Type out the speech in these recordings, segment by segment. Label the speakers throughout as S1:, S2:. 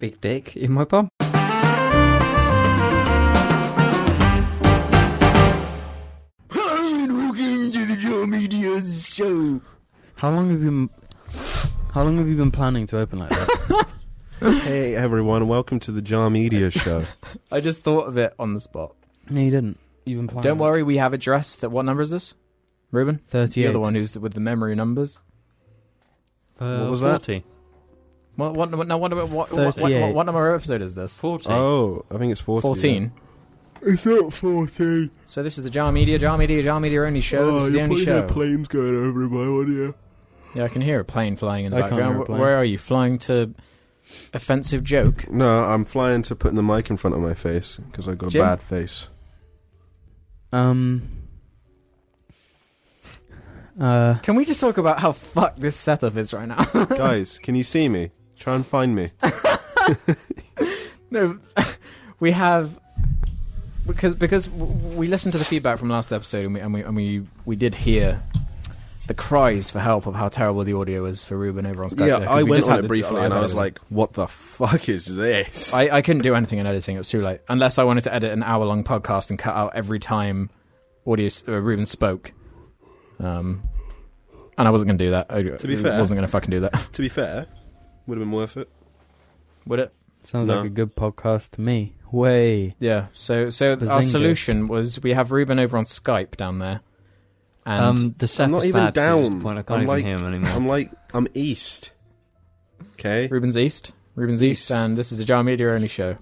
S1: Big dick in my bum.
S2: Hello and welcome to the Joe Media Show.
S1: How long have you? m- How long have you been planning to open like that?
S3: Hey everyone, welcome to the Jar Media Show.
S2: I just thought of it on the spot.
S1: no, you didn't. You've been planning.
S2: Don't worry, we have addressed that. What number is this? Ruben?
S1: Thirty-eight.
S2: You're the one who's with the memory numbers.
S4: Uh,
S3: What was that?
S4: 40.
S2: What, what, what, no, what, what, what, what, what,
S1: 38.
S2: what number episode is this?
S4: 40.
S3: oh, I think it's 40.
S2: 14.
S3: It's not 40.
S2: So this is the Jar Media, Jar Media, Jar Media only
S1: Oh,
S3: Oh,
S2: show. this is the only show.
S3: planes going over in my audio.
S2: Yeah, I can hear a plane flying in the
S1: I can't
S2: background.
S1: hear a
S2: Wh-
S1: plane.
S2: Where are you? Flying to offensive joke?
S3: No, I'm flying to putting the mic in front of my face because I got a
S2: Jim?
S3: bad face.
S1: Um. Uh.
S2: Can we just talk about how fucked this setup is right now?
S3: Guys, can you see me? Try and find me.
S2: No, we have because because w- we listened to the feedback from last episode and we and we and we, we did hear the cries for help of how terrible the audio is for Ruben over on Skype.
S3: yeah,
S2: there, 'cause
S3: I
S2: we
S3: went
S2: just
S3: on
S2: had
S3: it
S2: the-
S3: briefly
S2: I
S3: and I
S2: had
S3: was
S2: it.
S3: like, what the fuck is this?
S2: I, I couldn't do anything in editing. It was too late unless I wanted to edit an hour long podcast and cut out every time audio s- uh, Ruben spoke. Um, and I wasn't going to do that. I, to
S3: be fair-
S2: wasn't going to fucking do that.
S3: to be fair, would have been worth it.
S2: Would it?
S1: Sounds
S3: No.
S1: like a good podcast to me. Way.
S2: Yeah. So so our
S1: Bazinga.
S2: solution was we have Ruben over on Skype down there. And
S4: um, the set
S3: I'm not
S4: is
S3: even
S4: bad at this
S3: down.
S4: Point. I
S3: I'm
S4: can't even
S3: like-
S4: hear him anymore.
S3: I'm like, I'm east. Okay?
S2: Ruben's East. Ruben's East.
S3: East.
S2: and this is the Jar Media only show.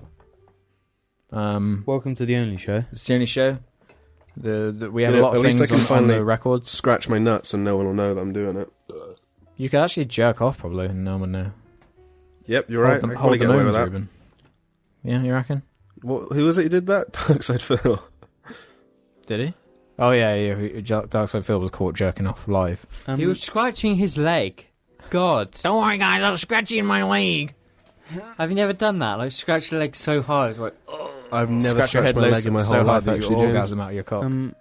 S2: Um,
S1: Welcome to the only show.
S2: it's the only show. The, the we have
S3: Yeah,
S2: a lot of
S3: at least
S2: things
S3: I
S2: on,
S3: can
S2: on the
S3: finally-
S2: records.
S3: Scratch my nuts and no one will know that I'm doing it.
S2: You could actually jerk off probably, and no one would know.
S3: Yep, you're
S2: Hold the,
S3: right. I can
S2: hold
S3: probably
S2: the
S3: get away
S2: moons,
S3: with that.
S2: Ruben. Yeah, you reckon?
S3: What, who was it who did that? Darkside Phil.
S2: Did he? Oh yeah, yeah. who- Jar- Darkside Phil was caught jerking off live.
S1: Um,
S4: he was scratching his leg. God,
S2: Don't worry, guys. I'm scratching my leg.
S4: have you never done that? Like scratch your leg so hard, like
S3: I've never
S2: Scratch your head
S3: scratched my
S2: loose
S3: leg in my
S2: so
S3: whole
S2: hard
S3: life,
S2: that you
S3: actually, James.
S2: orgasm out of your cock.
S1: um,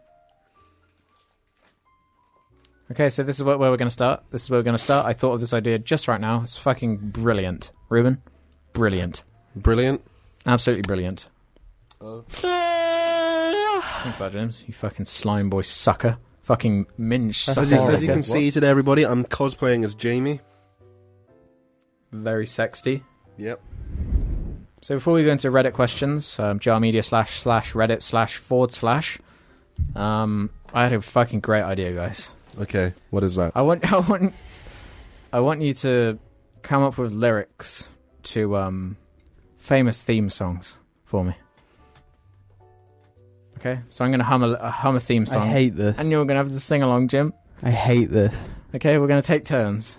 S2: okay, so this is where, where we're going to start. This is where we're going to start. I thought of this idea just right now. It's fucking brilliant, Ruben. Brilliant.
S3: Brilliant.
S2: Absolutely brilliant. Thanks for that, James. You fucking slime boy sucker. Fucking minge
S1: That's
S2: sucker.
S3: As you, as you
S1: horrible.
S3: can see today, everybody, I'm cosplaying as Jamie.
S2: Very sexy.
S3: Yep.
S2: So before we go into Reddit questions, um, jar media slash slash Reddit slash forward slash, um, I had a fucking great idea, guys.
S3: Okay, what is that?
S2: I want, I want, I want you to come up with lyrics to um, famous theme songs for me. Okay, so I'm gonna hum a, a hum a theme
S1: I
S2: song.
S1: hate this.
S2: And you're going to have to sing along, Jim.
S1: I hate this.
S2: Okay, we're going to take turns.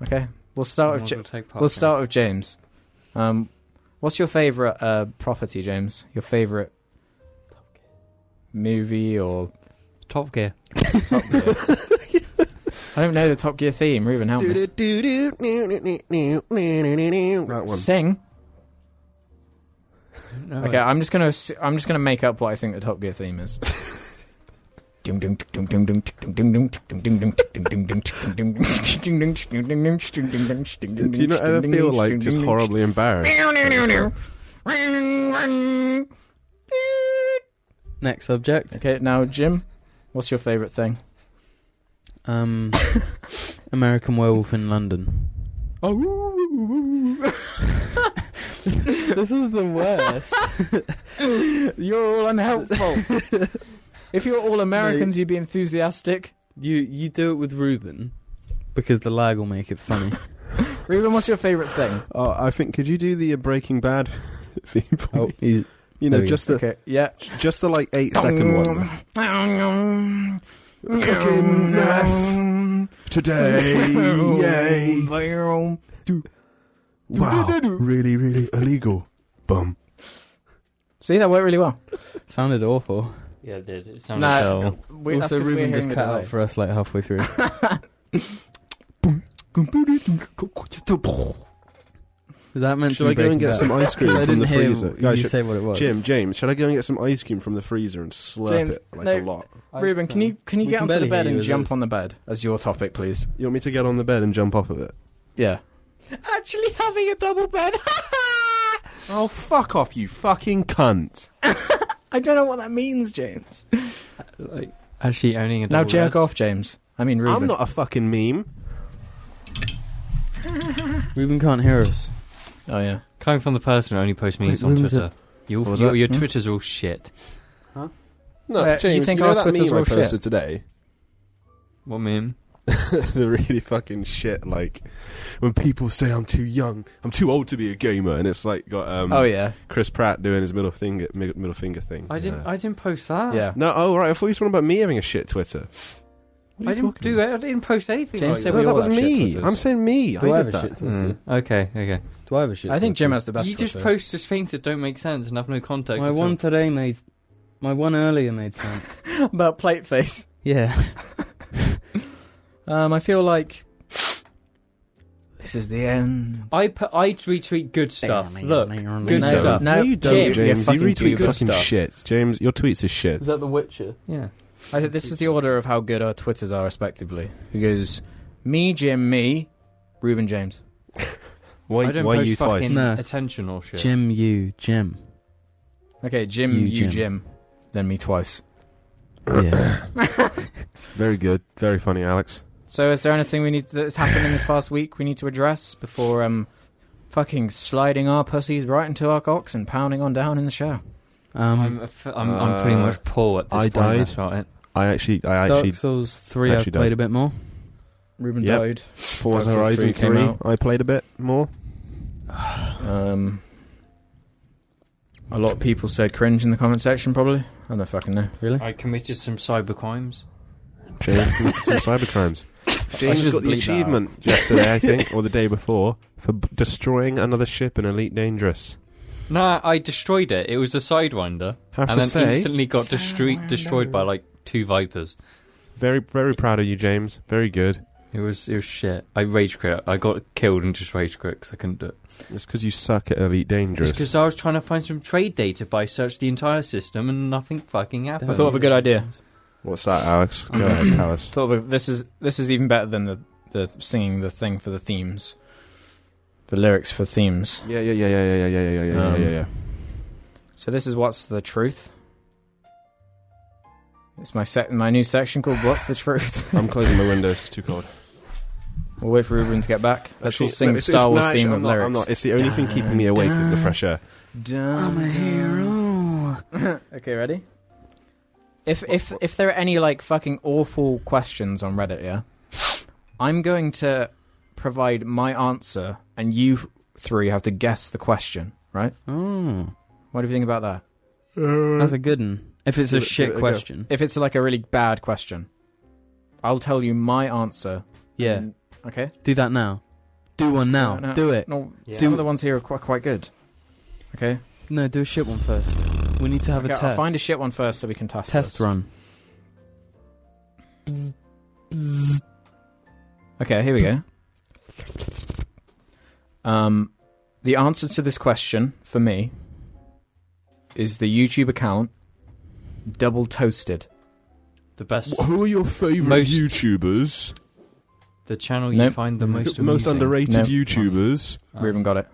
S2: Okay, we'll
S5: "Oh,
S2: start with
S4: Someone
S2: ja-
S4: will take part
S2: we'll
S4: in it.
S2: start with James. Um, what's your favorite uh, property, James? Your favorite movie or
S4: Top Gear.
S2: I don't know the Top Gear theme. Ruben, help me.
S3: That one.
S2: Sing.
S4: No,
S2: Okay, I'm just gonna ass- I'm just gonna make up what I think the Top Gear theme is.
S3: Do you not ever feel like just horribly embarrassed?
S1: Next subject.
S2: Okay, now Jim, what's your favourite thing?
S1: Um, American Werewolf in London.
S2: Oh,
S1: this was the worst.
S2: you're all unhelpful. if you're all Americans, you'd be enthusiastic.
S1: you you do it with Ruben because the lag will make it funny.
S2: Ruben, what's your favourite thing?
S3: Oh, I think, could you do the uh, Breaking Bad theme for
S1: oh,
S3: me?
S1: he's
S3: You know,
S1: there we go.
S3: just the,
S2: Okay, yeah.
S3: just the like eight second one. Cooking meth Today, yay. Wow, really, really illegal. Bum.
S2: See, that worked really well.
S1: sounded awful.
S4: Yeah, it did. It sounded
S2: Nah,
S4: so.
S2: we, that's
S1: also,
S2: 'cause we're
S1: Ruben
S2: hearing
S1: just
S2: the
S1: cut
S2: delay.
S1: out for us like halfway through. Is that meant
S3: Should
S1: to
S3: I
S1: be
S3: go
S1: Breaking
S3: and get
S1: Bad?
S3: some ice cream
S1: I
S3: from
S1: didn't
S3: the
S1: hear
S3: freezer?
S1: you
S3: Guys, should-
S1: say what it was.
S3: Jim, James, should I go and get some ice cream from the freezer and slurp
S2: James,
S3: it like
S2: no.
S3: a lot?
S2: Ruben, can you can you
S1: We
S2: get
S1: can
S2: onto the
S1: barely
S2: bed
S1: hear you
S2: and
S1: as
S2: jump
S1: is.
S2: on the bed as your topic, please?
S3: You want me to get on the bed and jump off of it?
S2: Yeah. Actually, having a double bed.
S3: Oh, fuck off, you fucking cunt.
S2: I don't know what that means, James.
S5: Like, actually owning a
S2: Now
S5: double
S2: jerk
S5: bed.
S2: off, James. I mean, Ruben.
S3: I'm not a fucking meme.
S1: Ruben can't hear us.
S2: Oh yeah.
S5: Coming from the person who only posts
S1: Wait,
S5: memes on
S1: when was
S5: Twitter. Your,
S2: What was
S5: your,
S2: that?
S5: your
S1: Hmm?
S5: Twitter's are all shit.
S2: No, Uh, you James, think you know our that Twitter's meme I all posted shit?
S3: today?
S5: What meme?
S3: the really fucking shit, like, when people say I'm too young, I'm too old to be a gamer, and it's like got um,
S2: Oh yeah.
S3: Chris Pratt doing his middle finger mid- middle finger thing.
S5: I didn't.
S3: Yeah.
S5: I didn't post that.
S2: Yeah.
S3: no, oh right, I thought you were talking about me having a shit Twitter. What are
S5: I
S3: you
S5: didn't
S3: talking
S5: do
S3: about?
S5: it. I didn't post anything.
S2: James
S5: like
S2: said
S3: No,
S2: we
S5: that.
S3: that
S2: all
S3: was
S2: have shit
S3: me.
S2: Twitters.
S3: I'm saying me.
S1: Do I,
S3: I
S1: have
S3: did
S1: a shit
S3: that.
S1: Twitter?
S5: Mm, Okay. Okay.
S1: Do I have a shit
S2: I think
S1: Twitter?
S2: Jim has the best.
S5: you just
S2: Twitter.
S5: post just things that don't make sense and have no context.
S1: My
S5: at
S1: one
S5: all.
S1: today made. My one earlier made sense.
S2: about plate face.
S1: yeah.
S2: Um, I feel like this is the end.
S5: I put, I retweet good stuff. Look, good
S3: No,
S5: stuff.
S3: No, you don't,
S5: Jim,
S3: James. You
S2: you're fucking
S3: retweet
S2: good
S3: fucking
S2: stuff.
S3: shit. James, your tweets are shit.
S1: that The Witcher?
S5: Yeah.
S2: I think this is the order of how good our Twitters are, respectively. Who goes me, Jim, me, Ruben, James.
S3: Why,
S5: I don't
S3: why
S5: post
S3: you
S5: fucking
S3: twice?
S1: No.
S5: attention or shit.
S1: Jim, you, Jim.
S2: Okay, Jim,
S1: You,
S2: you,
S1: Jim.
S2: Jim. then me twice.
S1: Yeah.
S3: Very good. Very funny, Alex.
S2: So, is there anything we need that's happened in this past week we need to address before um, fucking sliding our pussies right into our cocks and pounding on down in the shower?
S1: Um,
S5: I'm, f- I'm, I'm pretty
S3: Uh,
S5: much poor at this
S3: I
S5: point.
S3: died.
S5: That's about it.
S3: I actually, I actually,
S1: Dark Souls 3, I've
S3: actually don't.
S1: played a bit more.
S2: Ruben
S3: Yep.
S2: died.
S3: Forza
S2: Dark Souls
S3: Horizon
S2: 3 came
S3: 3,
S2: out.
S3: I played a bit more.
S2: Um, a lot of people said cringe in the comment section, probably. I don't fucking know.
S1: Really?
S5: I committed some cyber crimes.
S3: James, committed some cyber crimes.
S2: should
S3: James
S2: just
S3: got the
S2: bleep that
S3: achievement yesterday, I think, or the day before, for b- destroying another ship in Elite Dangerous.
S5: Nah, I destroyed it. It was a sidewinder,
S3: Have
S5: and
S3: to
S5: then
S3: say,
S5: instantly got destroyed destroyed by like two vipers.
S3: very, very proud of you, James. Very good.
S5: It was it was shit. I rage quit. I got killed and just rage quit because I couldn't do it.
S3: It's because you suck at Elite
S5: It's
S3: Dangerous.
S5: because I was trying to find some trade data, but I searched the entire system and nothing fucking happened.
S2: I thought of a good idea.
S3: What's that, Alex? Go ahead, tell us.
S2: Thought of a, this is this is even better than the, the singing the thing for the themes, the lyrics for themes.
S3: Yeah, yeah, yeah, yeah, yeah, yeah, yeah, yeah, yeah,
S2: Um,
S3: yeah, yeah.
S2: So this is what's the truth. It's my sec- my new section called "What's the Truth."
S3: I'm closing my windows. It's too cold.
S2: we'll wait for Ruben to get back. Let's
S3: Actually,
S2: all sing
S3: no,
S2: the
S3: it's-
S2: Star
S3: it's-
S2: Wars
S3: no, actually,
S2: theme
S3: I'm
S2: of
S3: not,
S2: lyrics.
S3: I'm not. It's the only thing keeping me awake is the fresh air.
S1: I'm a hero.
S2: Okay, ready? If if if there are any like fucking awful questions on Reddit, yeah, I'm going to provide my answer, and you three have to guess the question. Right?
S1: Oh,
S2: What do you think about that? Mm-hmm.
S1: that's a good one. If it's
S3: Give
S1: a
S3: it- give
S1: shit
S3: it a go.
S1: question.
S2: If it's like a really bad question, I'll tell you my answer.
S1: Yeah.
S2: and- Okay.
S1: Do that now. Do one now.
S2: No, no.
S1: Do it.
S2: No,
S5: Yeah.
S2: some of the ones here are quite quite good. Okay.
S1: No, do a shit one first. We need to have
S2: okay
S1: a test.
S2: I'll find a shit one first so we can test.
S1: test
S2: this.
S1: run.
S2: Okay, here we go. Um, the answer to this question for me is the YouTube account Double Toasted.
S5: The best,
S3: Who are your favourite
S5: Most-
S3: YouTubers?
S5: the channel you
S2: Nope.
S5: find the most
S3: most
S5: amusing.
S3: underrated
S2: No.
S3: YouTubers.
S5: Um,
S2: Ruben got it.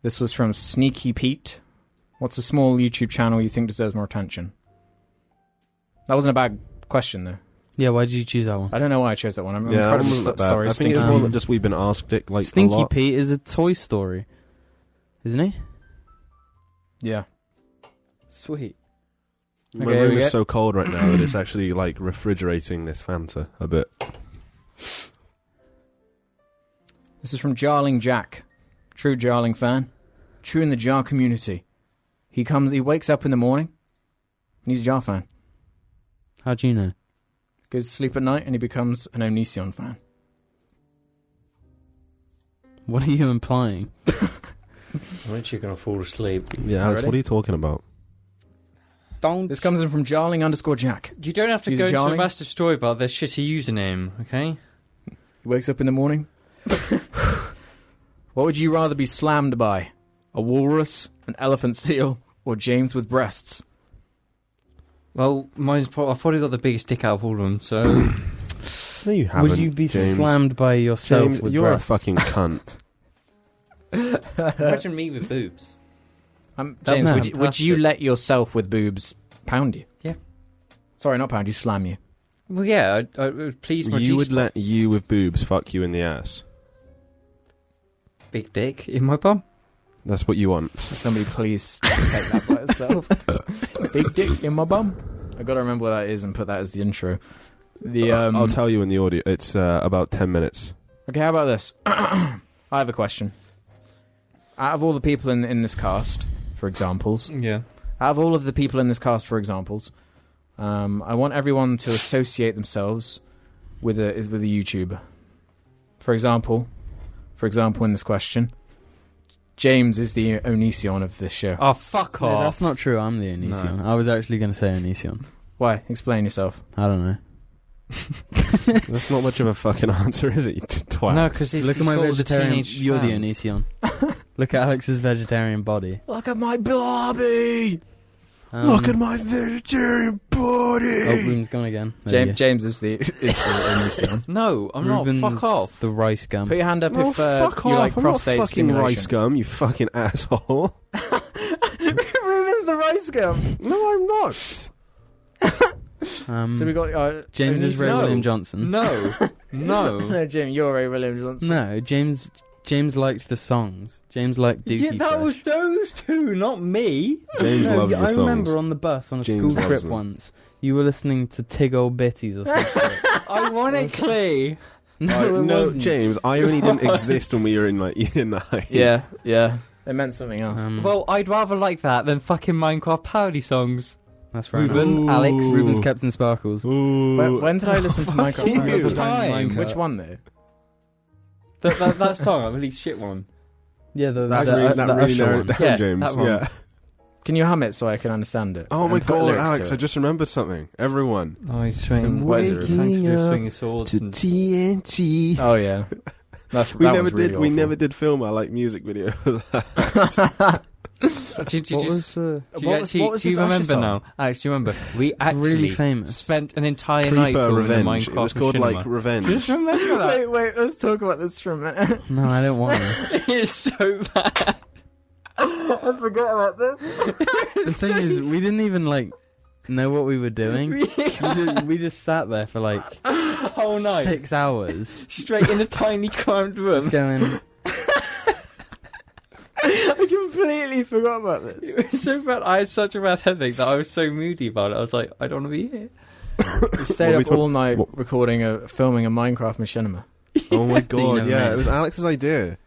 S2: This was from Sneaky Pete. What's a small YouTube channel you think deserves more attention? That wasn't a bad question though.
S1: Yeah, why did you choose that one?
S2: I don't know why I chose that one. I'm
S3: yeah, that
S2: incredibly
S3: wasn't that bad.
S2: sorry.
S3: I think it's
S1: Stinky
S3: one
S1: Pete.
S3: that just we've been asked it like a
S1: Stinky
S3: lot.
S1: Pete is a Toy Story, isn't he?
S2: yeah.
S1: Sweet.
S3: My
S2: Okay,
S3: room
S2: we
S3: is
S2: get-
S3: so cold right now that it's actually like refrigerating this Fanta a bit.
S2: This is from Jarling Jack, true Jarling fan, true in the Jar community. He comes, he wakes up in the morning, and he's a Jar fan.
S1: How do you know?
S2: Goes to sleep at night, and he becomes an Onision fan.
S1: What are you implying?
S5: I'm actually gonna fall asleep.
S3: Yeah, Alex,
S2: Ready?
S3: what are you talking about?
S2: This comes in from Jarling underscore Jack.
S5: You don't have to
S2: He's
S5: go into
S2: jarring.
S5: a massive story about their shitty username, okay?
S2: He wakes up in the morning. what would you rather be slammed by? A walrus, an elephant seal, or James with breasts?
S5: Well, mine's pro- I've probably got the biggest dick out of all of them, so
S3: No, you haven't.
S1: Would you be
S3: James.
S1: slammed by yourself
S3: James,
S1: with
S3: you're
S1: breasts?
S3: a fucking cunt.
S5: Imagine me with boobs.
S2: Um,
S5: That
S2: James,
S1: was
S2: would you, would you
S5: fantastic.
S2: let yourself with boobs pound you?
S5: Yeah.
S2: Sorry, not pound you, slam you.
S5: Well, yeah, I, I would please my
S3: you would
S5: G-spot.
S3: let you with boobs fuck you in the ass.
S5: big dick in my bum.
S3: That's what you want.
S2: Somebody please take that by itself. Big dick in my bum. I gotta remember what that is and put that as the intro. The um,
S3: Uh, I'll tell you in the audio. It's uh, about ten minutes.
S2: Okay, how about this? I have a question. Out of all the people in in this cast, for examples,
S5: Yeah.
S2: out of all of the people in this cast, for examples, um, I want everyone to associate themselves with a with a YouTuber. For example, for example, in this question, James is the Onision of this show.
S5: Oh, fuck
S1: No,
S5: off.
S1: that's not true. I'm the Onision. I was actually going to say Onision.
S2: Why? Explain yourself.
S1: I don't know.
S3: That's not much of a fucking answer, is it? You t- twat.
S5: no, because
S1: Look at my vegetarian. You're the Onision. Look at Alex's vegetarian body.
S2: Look at my blobby.
S1: Um,
S3: my vegetarian body.
S1: Oh, Ruben's gone again. There
S2: James, James is the is the Onision.
S5: No, I'm
S1: Ruben's
S5: not. Fuck off.
S1: The rice gum.
S2: Put your hand up
S3: No,
S2: if uh,
S3: fuck
S2: you
S3: off.
S2: like
S3: I'm not
S2: prostate
S3: fucking
S2: stimulation.
S3: rice gum, you fucking asshole.
S2: Ruben's the rice gum.
S3: No, I'm not.
S1: Um,
S2: So we got uh,
S1: James is
S2: Onision-
S1: Ray
S5: no.
S1: William Johnson.
S5: No, no.
S2: No, Jim, you're Ray William Johnson.
S1: No, James. James liked the songs. James liked Dookie
S5: yeah, that
S1: Fresh.
S5: was those two, not me.
S3: James
S1: No,
S3: loves
S1: I
S3: the songs.
S1: remember on the bus on a
S3: James
S1: school
S3: loves
S1: trip
S3: them.
S1: once, you were listening to Tig Old Betty's or something.
S5: Ironically,
S1: no,
S3: Uh,
S1: it
S3: no,
S1: wasn't.
S3: James, I only didn't exist when we were in like year nine.
S2: Yeah, yeah. It meant something else.
S1: Um,
S5: well, I'd rather like that than fucking Minecraft parody songs.
S1: that's right.
S5: Ruben, Alex,
S3: Ooh.
S1: Ruben's Captain Sparkles.
S3: Ooh.
S2: when, when did I listen to
S5: Fuck
S2: Minecraft?
S5: you.
S2: Minecraft?
S5: Time.
S1: Minecraft.
S2: Which one though?
S5: that, that, that song, I really shit one.
S1: Yeah, the,
S3: that,
S1: the,
S3: really,
S1: uh,
S3: that
S1: the
S3: really
S1: Usher
S3: narrowed
S1: one.
S3: it down,
S5: Yeah,
S3: James.
S5: that one.
S3: Yeah.
S2: Can you hum it so I can understand it?
S3: Oh my
S2: And put
S3: god,
S2: lyrics
S3: Alex,
S2: to
S3: I
S2: it.
S3: just remembered something. Everyone.
S5: Oh, he's
S3: I'm
S5: swinging
S3: waking
S5: wizards, thanks for
S3: up
S5: swinging swords. And...
S3: TNT.
S2: Oh yeah. That's
S3: we
S2: that
S3: never
S2: was
S3: did
S2: really
S3: we
S2: awful.
S3: never did film our like music video.
S5: Do, do,
S1: What
S5: do,
S1: was the?
S5: do you
S2: What was-
S5: actually,
S2: what was
S5: do you
S2: this Usher
S5: remember
S2: song?
S5: now? Alex, do you remember? We
S1: It's
S5: actually
S1: really famous.
S5: spent an entire night
S3: Creeper
S5: filming the
S3: Revenge.
S5: Minecraft
S3: It was called
S5: machinima.
S3: like Revenge.
S5: Just remember that.
S2: Wait, wait, let's talk about this for a minute.
S1: No, I don't want to.
S5: it's so bad.
S2: I forgot about this.
S1: the thing is, we didn't even like know what we were doing. we, just, we just sat there for like
S5: Whole night.
S1: six hours,
S5: Straight in a tiny
S1: just
S5: cramped room.
S1: going.
S2: I completely forgot about this.
S5: It was so bad. I had such a bad headache that I was so moody about it. I was like, I don't want to be here.
S2: We stayed
S3: What we
S2: up
S3: talk-
S2: all night
S3: what-
S2: recording a filming a Minecraft machinima.
S3: oh my
S1: You
S3: god,
S1: never
S3: yeah,
S1: made
S3: it
S1: it.
S3: was Alex's idea.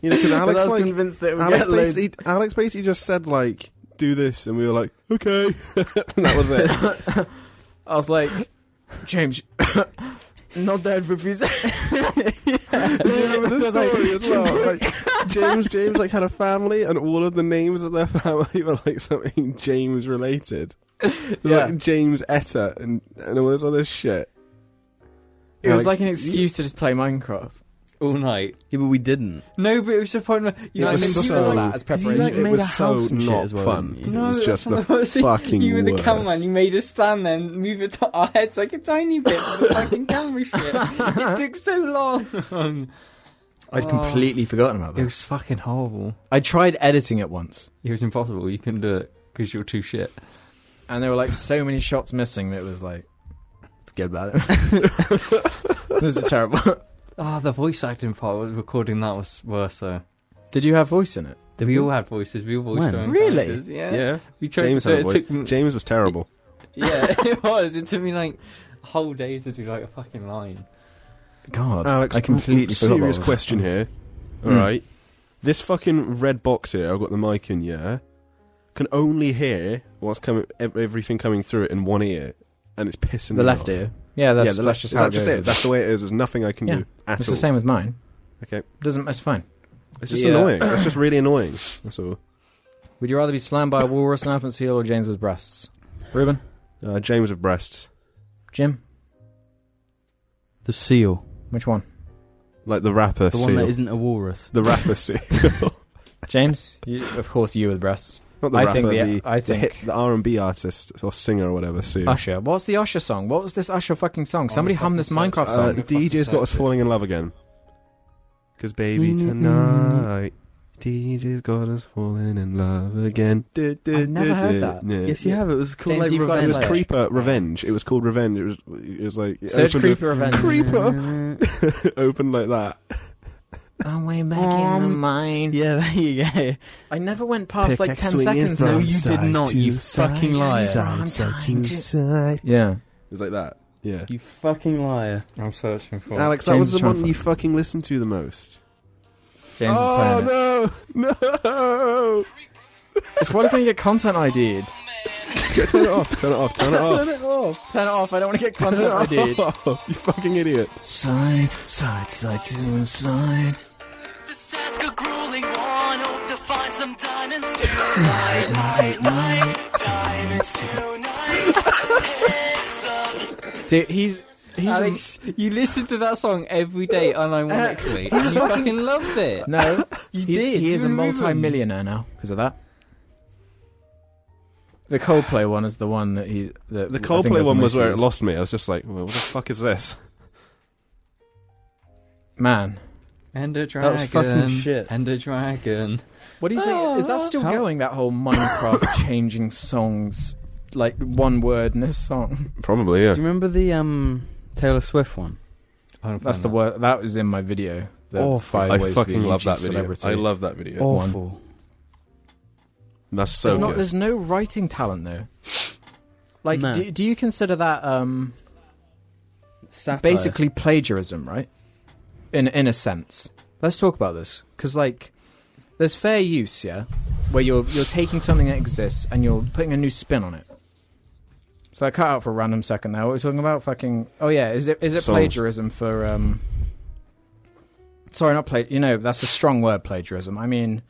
S3: You know, because
S2: 'Cause
S3: Alex
S2: I was
S3: like
S2: convinced that it would
S3: Alex
S2: get loads.
S3: basically, Alex basically just said like, "Do this," and we were like, "Okay," and that was it.
S2: I was like, James, not that reviews.
S3: Do you remember this story as well? Like, James, James like had a family, and all of the names of their family were like something James related. It was,
S2: Yeah.
S3: like James Etta and and all this other shit.
S2: It was
S3: Alex,
S2: like an
S3: you-
S2: excuse to just play Minecraft.
S5: All night.
S1: Yeah, but we didn't.
S5: No, but it was the point where you
S3: It
S5: know,
S3: was
S5: I remember
S3: so-
S5: before that.
S2: as
S1: 'Cause you,
S2: preparation.
S1: like,
S3: It
S1: made
S3: was
S1: a house
S3: so
S1: and shit
S3: not
S1: as well,
S3: fun.
S1: didn't you?
S3: It was
S5: that's
S3: just
S5: what
S3: the
S5: I was saying.
S3: fucking
S5: You were the
S3: worst.
S5: cameraman. You made us stand there and move it to our heads like a tiny bit of the fucking camera shit. It took so long.
S2: I'd
S5: Oh.
S2: completely forgotten about
S5: Um, It
S2: this.
S5: was fucking horrible.
S2: I tried editing it once,
S5: It was impossible. You couldn't do it because you're too shit.
S2: and there were like so many shots missing that it was like, forget about it. this is terrible.
S5: Ah, the voice acting part was recording that was worse though.
S2: Did you have voice in it?
S5: We, all had voices. We all voiced
S1: When?
S5: our own
S2: Really?
S5: characters, Yeah.
S3: Yeah,
S5: We tried
S3: James
S5: to do
S3: had a
S5: it.
S3: voice.
S5: It took,
S3: James was terrible.
S5: yeah, it was. It took me like whole days to do like a fucking line.
S2: God,
S3: Alex,
S2: I completely forgot about
S3: serious
S2: this.
S3: question here. All right,
S2: Mm.
S3: this fucking red box here. I've got the mic in. Yeah, can only hear what's coming, ev- everything coming through it in one ear, and it's pissing
S2: The
S3: me
S2: left
S3: off.
S2: ear. Yeah, that's
S3: yeah, the
S2: that's
S3: left.
S2: just
S3: Is
S2: how
S3: that just
S2: goes.
S3: it? That's the way it is. There's nothing I can
S2: Yeah.
S3: do at
S2: It's
S3: all.
S2: the same as mine.
S3: Okay,
S2: Doesn't that's fine.
S3: it's just
S2: Yeah.
S3: annoying. It's just really annoying. That's all.
S2: Would you rather be slammed by a walrus, an elephant seal, or James with breasts? Ruben,
S3: Uh, James with breasts,
S2: Jim,
S1: The seal,
S2: which one?
S3: like the rapper
S1: the
S3: seal.
S1: one that isn't a walrus.
S3: the rapper seal.
S2: James, you, of course, you with breasts.
S3: Not the
S2: I
S3: rapper,
S2: think the-
S3: the,
S2: I
S3: the hip-
S2: think-
S3: the R&B artist or singer or whatever soon.
S2: Usher. What's the Usher song? What was this Usher fucking
S3: Oh,
S2: song? Somebody hum this Minecraft
S3: Uh,
S2: song.
S3: the DJ's got us falling in love again. Cause baby
S2: Mm-hmm.
S3: tonight, DJ's got us falling in love again.
S2: I've never heard that.
S1: Yes, you have. It was called
S4: James,
S1: like
S4: you've got
S3: It was
S4: Revenge.
S1: Revenge.
S3: Creeper Revenge. It was called Revenge. It was it was like it
S2: Search
S3: opened with-
S2: Creeper Revenge.
S3: Creeper. opened like that.
S2: I'm way back in the
S1: Um,
S2: mine.
S1: Yeah, there you go.
S2: I never went past like 10
S3: Pickaxe swinging
S2: seconds.
S1: No,
S3: from
S1: you did
S3: side
S1: not,
S3: to
S1: you
S3: side,
S1: fucking
S2: Oh,
S1: liar.
S3: Side, side to side.
S2: Yeah.
S3: It was like that. Yeah.
S1: You fucking liar.
S4: I'm searching
S2: Oh,
S4: for.
S3: Alex, that was
S2: James
S3: the one
S2: Trump.
S3: you fucking listened to the most.
S2: James is playing it.
S3: oh no, no!
S2: It's one thing to get content ID'd.
S3: turn it off. Turn it off. Turn it off.
S2: it off. Turn it off. I don't want to get
S3: Turn
S2: content
S3: it
S2: ID'd.
S3: off. You fucking idiot.
S2: Side, side, side to side.
S6: This task a grueling one. Hope to find some diamonds tonight. Night, night, diamonds tonight. Heads up.
S2: Dude, he's. he's a-
S4: Alex, you listened to that song every day
S5: Uh,
S4: unironically, and you fucking loved it.
S2: no,
S4: You
S2: He-
S4: did.
S2: He is
S4: you
S2: a
S4: were moving.
S2: multi-millionaire now because of that. The Coldplay one is the one that he. That I
S3: The
S2: think
S3: Coldplay
S2: does
S3: one
S2: the most
S3: was where it
S2: views.
S3: lost me. I was just like, well, what the fuck is this?
S2: Man,
S4: And a
S1: That
S4: dragon.
S1: was fucking shit.
S4: And a dragon.
S2: what do you think? Is
S3: Oh,
S2: that still going? That whole Minecraft changing songs, like one word in a song.
S3: Probably, yeah.
S1: Do you remember the um Taylor Swift one?
S2: That's the word. That was in my video. The
S1: Awful.
S2: five ways to
S3: I
S2: be
S3: fucking
S2: a
S3: love
S2: YouTube
S3: that video.
S2: Celebrity.
S3: I love that video.
S2: Oh,
S1: Awful.
S3: That's so
S2: There's, not,
S3: good.
S2: there's no writing talent though. Like,
S1: No.
S2: do, do you consider that um,
S1: Satire.
S2: basically plagiarism, right? In in a sense. Let's talk about this because like there's fair use, yeah, where you're you're taking something that exists and you're putting a new spin on it. So I cut out for a random second there. What were we talking about? Fucking oh yeah, is it is it
S3: Songs.
S2: plagiarism for um? Sorry, not play. You know that's a strong word, plagiarism. I mean,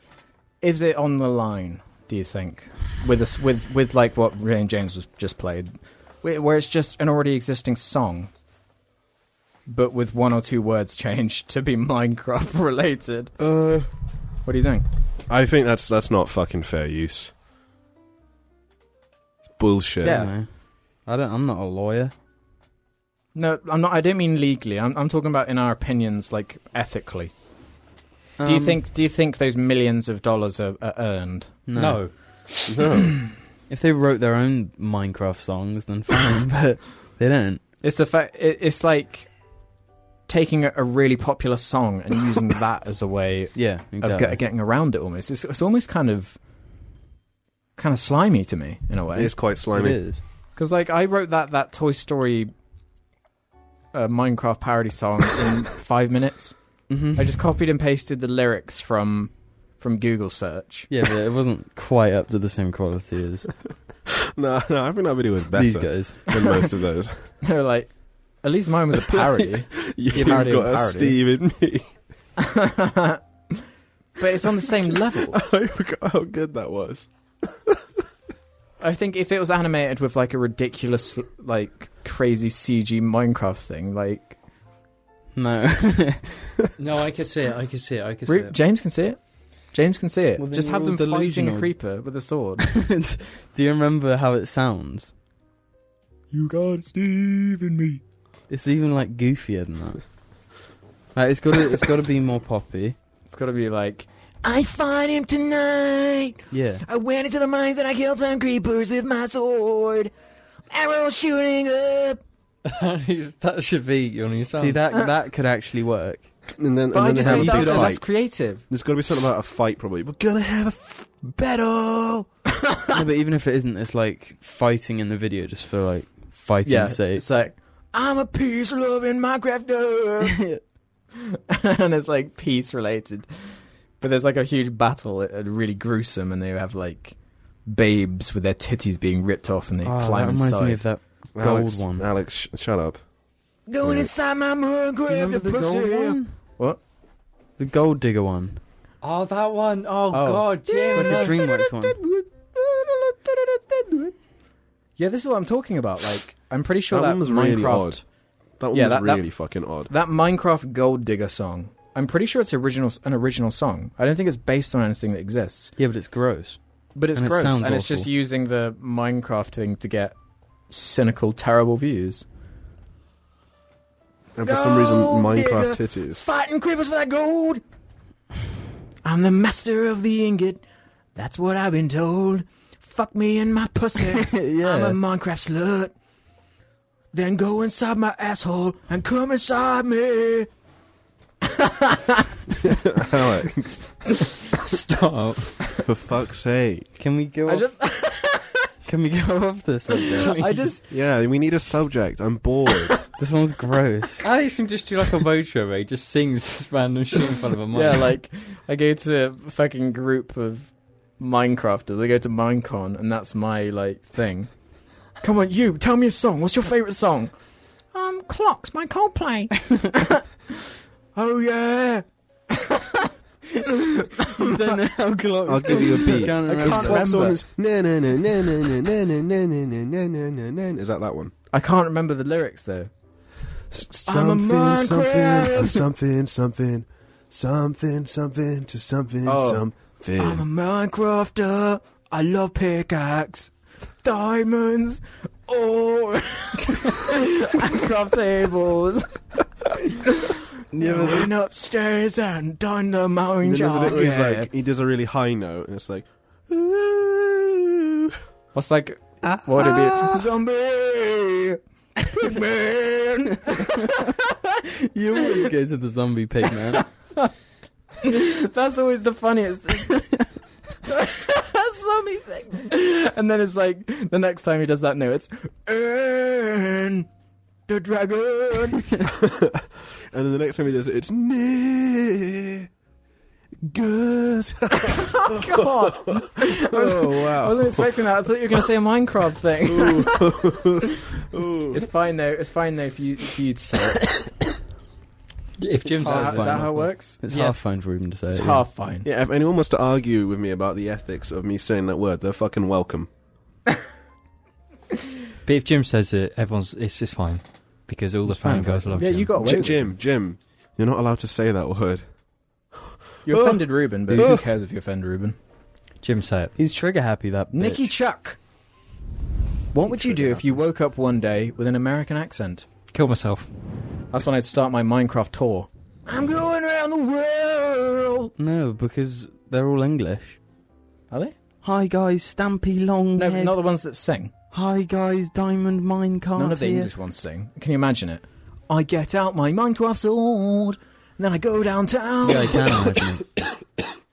S2: is it on the line? Do you think with us with with like what Ray and James was just played, where where it's just an already existing song, but with one or two words changed to be Minecraft related?
S3: Uh,
S2: What do you think?
S3: I think that's that's not fucking fair use. It's bullshit.
S1: I don't know. I don't. I'm not a lawyer.
S2: No, I'm not. I don't mean legally. I'm, I'm talking about in our opinions, like ethically. do you
S1: Um,
S2: think? Do you think those millions of dollars are, are earned?
S1: No.
S4: No.
S3: No.
S1: If they wrote their own Minecraft songs, then fine. but they don't.
S2: It's the fact. It, it's like taking a, a really popular song and using that as a way
S1: Yeah. Exactly.
S2: of get, getting around it. Almost. It's, it's almost kind of kind of slimy to me in a way.
S3: it's quite
S1: It
S3: slimy.
S1: is.
S2: Because like I wrote that that Toy Story uh, Minecraft parody song in five minutes.
S1: Mhm.
S2: I just copied and pasted the lyrics from from Google search.
S1: Yeah, but it wasn't quite up to the same quality as
S3: No, no, I think that video was
S1: these
S3: better
S1: guys.
S3: than most of those.
S2: They were like, at least mine was a parody.
S3: You've got
S2: parody of
S3: a
S2: parody.
S3: Steve in me.
S2: but it's on the same level.
S3: I forgot how good that was.
S2: I think if it was animated with like a ridiculous, like crazy CG Minecraft thing, like
S1: No.
S4: No, I could see it. I could see it. I could see
S2: Ru-
S4: it.
S2: James can see it. James can see it.
S1: Well, then
S2: Just
S1: you're
S2: have
S1: all
S2: them fighting a
S1: delusional.
S2: creeper with a sword.
S1: Do you remember how it sounds?
S3: You got Steve in me.
S1: It's even like goofier than that. Like, it's got to. It's got to be more poppy.
S2: it's got to be like, I find him tonight.
S1: Yeah.
S2: I went into the mines and I killed some creepers with my sword. Arrow shooting up.
S4: that should be your new song.
S1: See that that could actually work.
S3: And then, and
S2: But I
S3: then they
S2: just
S3: have a
S2: think that,
S3: big
S2: that's
S3: fight.
S2: creative.
S3: There's got to be something about a fight, probably. We're gonna have a f- battle.
S1: no, but even if it isn't, it's like fighting in the video just for like fighting's sake.
S2: it's like I'm a peace loving Minecrafter, and it's like peace related. But there's like a huge battle, uh, really gruesome, and they have like babes with their titties being ripped off, and they
S1: Oh, that
S2: climb
S1: reminds me
S2: inside.
S1: of that. Gold
S3: Alex,
S1: one.
S3: Alex, sh- shut up.
S2: Going
S3: Yeah.
S2: inside my
S1: Do you
S2: Minecraft,
S1: remember the gold one?
S2: What?
S1: The gold digger one.
S4: Oh, that one. Oh, God,
S1: Like
S4: Jim.
S1: a
S4: no.
S1: DreamWorks one.
S2: Yeah, this is what I'm talking about. Like, I'm pretty sure
S3: That
S2: that,
S3: one was
S2: Minecraft
S3: really odd. That one
S2: Yeah,
S3: was
S2: that- that-
S3: really fucking odd.
S2: That Minecraft Gold Digger song. I'm pretty sure it's original, an original song. I don't think it's based on anything that exists.
S1: Yeah, but it's gross.
S2: But it's
S1: And it
S2: gross,
S1: sounds
S2: and it's just
S1: awful.
S2: using the Minecraft thing to get cynical, terrible views.
S3: And for some reason,
S2: No,
S3: Minecraft
S2: nigga.
S3: titties.
S2: Fighting creepers for that gold. I'm the master of the ingot. That's what I've been told. Fuck me in my pussy. I'm a
S1: Yeah.
S2: Minecraft slut. Then go inside my asshole and come inside me.
S3: Alex,
S1: Stop.
S3: for fuck's sake.
S1: Can we go?
S2: I
S1: Off,
S2: just,
S1: Can we go off this? subject?
S2: I just,
S3: Yeah, we need a subject. I'm bored.
S1: This one's gross.
S4: Alex can just do like a voter where he just sings random shit in front of a mic.
S2: yeah, like I go to a fucking group of Minecrafters. I go to Minecon, and that's my like thing. Come on, you tell me a song. What's your favorite song? Um, Clocks by Coldplay. oh yeah.
S1: you don't know how clocks.
S3: I'll give you a beat.
S1: can't
S2: I
S1: remember.
S3: It's
S2: Oh, can't
S3: clocks on this. Na na na na na na na na na na na na na na na. Is that that one?
S2: I can't remember the lyrics though.
S3: S-
S2: I'm a
S3: Something,
S2: Minecraft.
S3: something, uh, something, something, something, something to something,
S2: Oh. I'm a
S3: something.
S2: Minecrafter. I love pickaxe, diamonds, or and craft tables.
S1: Yeah,
S2: Yeah,
S1: but-
S2: went upstairs and down the mountain.
S3: And then there's a bit where he's
S2: yeah.
S3: like, he does a really high note, and it's like, ooh,
S2: What's like
S3: ah,
S2: what would it be? Zombie Pigman.
S1: You always go to the zombie pig man.
S2: That's always the funniest. Zombie Pigman. And then it's like the next time he does that note, it's Ern the dragon.
S3: And then the next time he does it, it's near. Good.
S2: God,
S3: oh
S2: I
S3: wow.
S2: wasn't expecting that. I thought you were going to say a Minecraft thing.
S3: Ooh.
S2: It's fine though. It's fine though if you if you'd say it.
S4: if Jim's
S1: It's
S2: Uh,
S4: out
S2: is
S1: fine.
S2: that how it works?
S1: It's
S4: Yeah.
S1: half fine for even to say
S2: It's
S1: it. yeah.
S2: half fine.
S3: Yeah, if anyone wants to argue with me about the ethics of me saying that word, they're fucking welcome.
S6: But if Jim says it, everyone's it's just fine because all the
S1: It's fine,
S6: fangirls
S1: fine.
S6: love
S2: Yeah,
S6: Jim.
S2: you got away.
S3: Jim,
S2: with it.
S3: Jim, Jim, you're not allowed to say that word.
S2: You
S3: Ugh.
S2: offended Ruben, but who
S3: Ugh.
S2: cares if you offend Ruben?
S6: Jim say it.
S1: He's trigger happy. That
S2: Nicky Chuck. What would you do if you woke up one day with an American accent?
S6: Kill myself.
S2: That's when I'd start my Minecraft tour. I'm going around the world.
S1: bitch. No, because they're all English.
S2: Are they?
S1: Hi guys, Stampy Long.
S2: No, not the ones that sing.
S1: Hi guys, Diamond Minecart.
S2: None of the
S1: here.
S2: English ones sing. Can you imagine it? I get out my Minecraft sword, and then I go downtown.
S1: Yeah, I can imagine. it.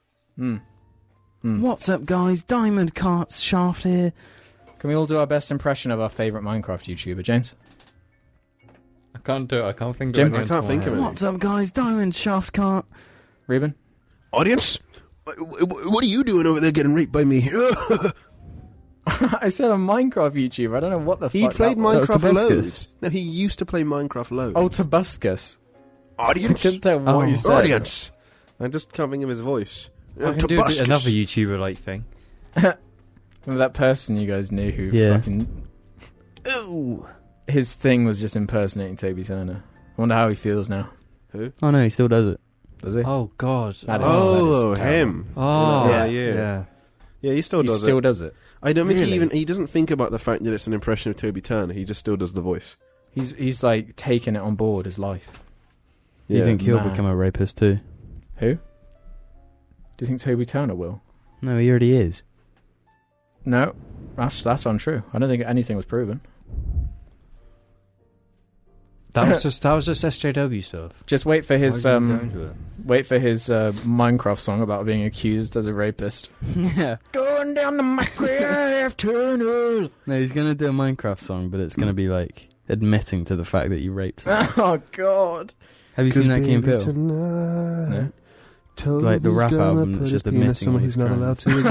S2: Hmm.
S1: What's up, guys? Diamond Cart's shaft here.
S2: Can we all do our best impression of our favourite Minecraft YouTuber, James?
S6: I can't do it. I can't think
S2: Jim?
S6: of it.
S3: I can't think of it.
S1: What's up, guys? Diamond Shaft Cart.
S2: Ruben?
S3: Audience, wh- wh- what are you doing over there getting raped by me?
S2: I said a Minecraft YouTuber. I don't know what the
S3: he
S2: fuck.
S3: played
S2: that was.
S1: was
S3: Minecraft
S1: Tabascus.
S3: loads. No, he used to play Minecraft loads.
S2: Oh, Tobuscus. I
S3: audience,
S2: couldn't tell what
S1: Oh.
S2: you said.
S3: audience. I just can't think of his voice.
S6: I can do
S3: Tabascus.
S6: another YouTuber like thing.
S2: Remember that person you guys knew who
S1: Yeah.
S2: fucking his thing was just impersonating Toby Turner. I wonder how he feels now.
S1: Oh no, he still does it.
S2: Does he?
S6: Oh God.
S2: That is-
S3: Oh,
S2: That is
S3: him.
S6: Oh,
S3: yeah,
S6: yeah,
S3: yeah.
S6: yeah.
S3: Yeah, he still
S2: he
S3: does
S2: still
S3: it.
S2: does it.
S3: I don't think he
S2: Really?
S3: even he doesn't think about the fact that it's an impression of Toby Turner. He just still does the voice.
S2: He's he's like taking it on board as life.
S1: Do you
S3: Yeah.
S1: think he'll
S2: man.
S1: become a rapist too?
S2: Who? Do you think Toby Turner will?
S1: No, he already is.
S2: No, that's that's untrue. I don't think anything was proven.
S6: That was just that was just SJW stuff.
S2: Just wait for his
S6: Why didn't we
S2: um
S6: go into it?
S2: wait for his uh, Minecraft song about being accused as a rapist.
S1: yeah.
S2: Going down the Minecraft tunnel.
S1: No, he's gonna do a Minecraft song, but it's gonna be like admitting to the fact that you raped. Someone.
S2: Oh God.
S1: Have you
S3: 'Cause
S1: seen that
S3: baby,
S1: Key and Peele?
S3: tonight,
S1: Like, the
S3: Toby's
S1: rap
S3: gonna
S1: album
S3: put
S1: that's
S3: his
S1: just
S3: penis
S1: admitting
S3: somewhere
S1: all
S3: he's
S1: his
S3: not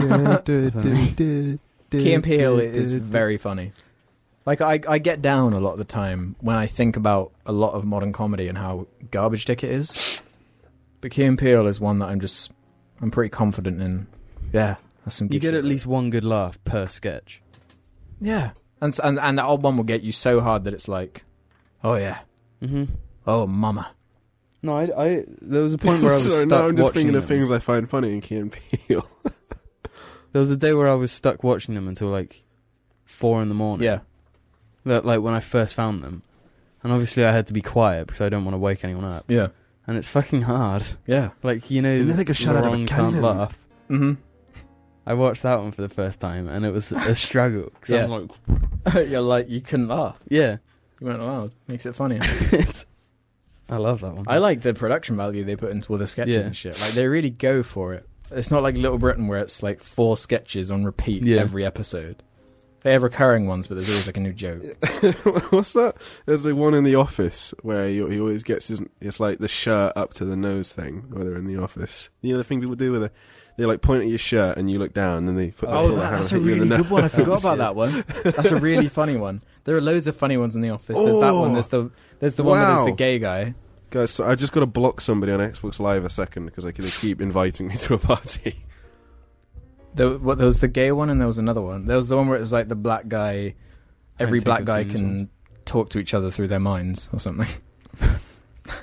S1: crimes.
S3: allowed to again. Du-
S1: Isn't
S3: du-
S1: it?
S3: du- du-
S2: Key and Peele
S3: du-
S2: is
S3: du-
S2: very funny. Like I, I get down a lot of the time when I think about a lot of modern comedy and how garbage dick it is. But Key and Peele is one that I'm just I'm pretty confident in. Yeah, that's some.
S1: You get
S2: good shit.
S1: at least one good laugh per sketch.
S2: yeah, and s- and and that old one will get you so hard that it's like, oh yeah,
S1: Mm-hmm.
S2: oh mama.
S1: No, I, I- There was a point where I was
S3: Sorry,
S1: stuck
S3: now I'm just
S1: watching
S3: thinking of
S1: them.
S3: things I find funny in Key and Peele.
S1: There was a day where I was stuck watching them until like four in the morning.
S2: Yeah.
S1: That, like when I first found them, and obviously I had to be quiet because I don't want to wake anyone up.
S2: Yeah.
S1: And it's fucking hard.
S2: Yeah.
S1: Like you know,
S3: And then I got shot out of a
S1: Laurent
S3: cannon.
S1: can't laugh.
S2: Mm
S1: I watched that one for the first time, and it was a struggle. 'cause I'm like,
S2: hmm. You're like, you couldn't laugh.
S1: yeah,
S2: You weren't allowed. Makes it funnier.
S1: It's- I love that one.
S2: I like the production value they put into all the sketches
S1: Yeah.
S2: and shit. Like they really go for it. It's not like Little Britain where it's like four sketches on repeat
S1: Yeah.
S2: every episode. They have recurring ones, but there's always like a new joke.
S3: What's that? There's the one in the office where he, he always gets his. It's like the shirt up to the nose thing where they're in the office. You know the thing people do with it? They like point at your shirt and you look down and they put their
S2: Oh,
S3: pull their
S2: that-
S3: hand
S2: that's a
S3: and hit you in
S2: really
S3: the
S2: good one. I forgot about
S1: Yeah.
S2: that one. That's a really funny one. There are loads of funny ones in the office. There's that one.
S3: Oh.
S2: There's the there's the one where there's
S3: Wow.
S2: the gay guy.
S3: Guys, so I just got to block somebody on Xbox Live a second because like, they keep inviting me to a party.
S2: There, what, there was the gay one and there was another one. There was the one where it was like the black guy. Every
S1: think
S2: black
S1: I've
S2: guy
S1: seen this
S2: can talk to each other through their minds or something.
S1: But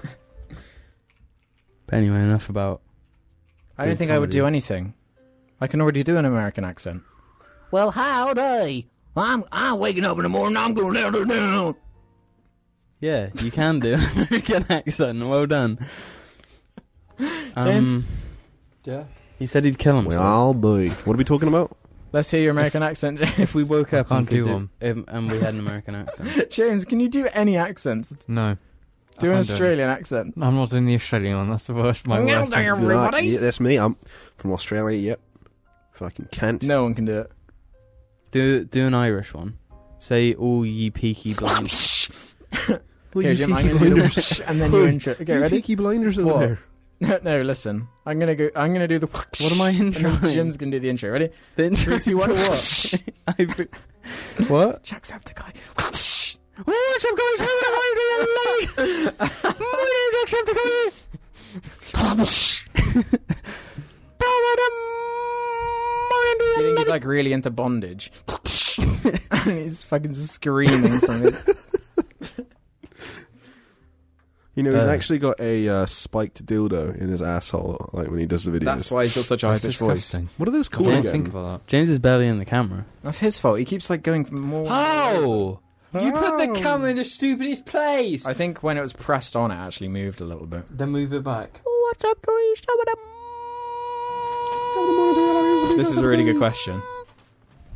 S1: anyway, enough about.
S2: I don't
S1: Good
S2: think I would
S1: comedy.
S2: do anything. I can already do an American accent. Well, howdy. I'm I'm waking up in the morning. I'm going down to down.
S1: Yeah, you can do an American accent. Well done,
S2: James?
S1: Um,
S4: Yeah.
S1: he said he'd kill himself.
S3: Well, boy, what are we talking about?
S2: Let's hear your American accent, James.
S1: If we woke up and
S5: Can't
S1: could
S5: do
S1: do
S5: one.
S1: um, and we had an American accent.
S2: James, can you do any accents?
S5: No.
S2: Do an
S5: I'm
S2: Australian accent.
S5: I'm not doing the Australian one. That's the worst. My
S2: Well,
S5: worst.
S2: there you
S5: one.
S2: go. Everybody?
S3: Yeah, that's me. I'm from Australia. Yep, fucking cunt.
S2: No one can do it.
S1: Do do an Irish one. Say all ye peaky blinders.
S3: Well,
S2: Here,
S3: you
S2: Jim, I'm
S3: Peaky
S2: going to do the
S3: blinders.
S2: whoosh, and then you
S3: Oi,
S2: intro. Okay,
S3: you
S2: ready?
S3: Peaky blinders over
S1: What?
S3: there.
S2: No, no, listen. I'm gonna go. I'm gonna do the. What
S1: what am I
S2: And then
S1: introing?
S2: Jim's gonna do the intro. Ready?
S1: the intro
S2: Three, two, one.
S1: to
S2: What?
S1: I be- what?
S2: Jacksepticeye. Oh, Do you think he's like really into bondage? and he's fucking screaming from it.
S3: You know, he's
S1: Uh.
S3: actually got a uh, spiked dildo in his asshole, like when he does the videos.
S2: That's why he's got such a high
S5: That's
S2: pitched voice.
S5: disgusting.
S3: What are those
S5: I
S3: called
S5: didn't
S3: again?
S5: think about
S1: James is barely in the camera.
S2: That's his fault. He keeps like going more. Oh.
S5: that.
S4: You put the camera in the stupidest place.
S2: I think when it was pressed on, it actually moved a little bit.
S4: Then move it back.
S2: What's up, guys? This is a really good question.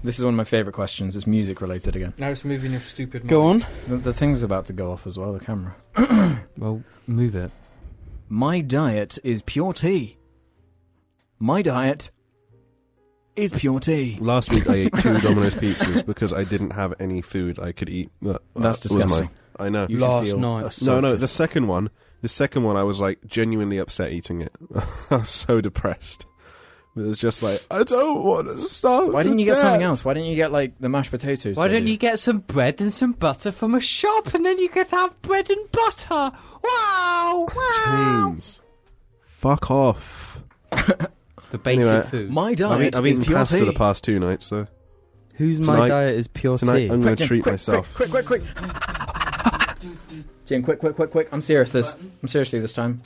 S2: This is one of my favourite questions. It's music related again.
S4: Now it's moving your stupid.
S1: Go on.
S2: The, the thing's about to go off as well, the camera.
S5: Well, move it.
S2: My diet is pure tea. My diet is pure tea.
S3: Last week I ate two Domino's pizzas because I didn't have any food I could eat. That,
S2: That's
S3: that was my-
S2: disgusting.
S3: I know.
S2: You should
S1: Last
S2: feel
S1: night.
S3: no, no,
S2: assaulted.
S3: the second one, the second one, I was like genuinely upset eating it. I was so depressed. It was just like I don't want to starve.
S2: Why didn't
S3: to
S2: you get
S3: death.
S2: something else? Why didn't you get like the mashed potatoes?
S4: Why
S2: they
S4: don't
S2: do?
S4: you get some bread and some butter from a shop, and then you could have bread and butter? Wow! Wow!
S3: James, fuck off.
S5: The basic
S3: Anyway.
S5: food.
S2: My
S3: I've,
S2: diet
S3: eat, I've
S2: is
S3: eaten
S2: pure
S3: pasta
S2: tea.
S3: the past two nights, so
S1: Who's my
S3: Tonight-
S1: diet is pure
S3: tonight
S1: tea.
S3: I'm going
S2: Quick,
S3: to
S2: Jim,
S3: treat
S2: quick,
S3: myself.
S2: Quick, quick, quick, quick. Jim, quick, quick, quick, quick. I'm serious this. I'm seriously this time.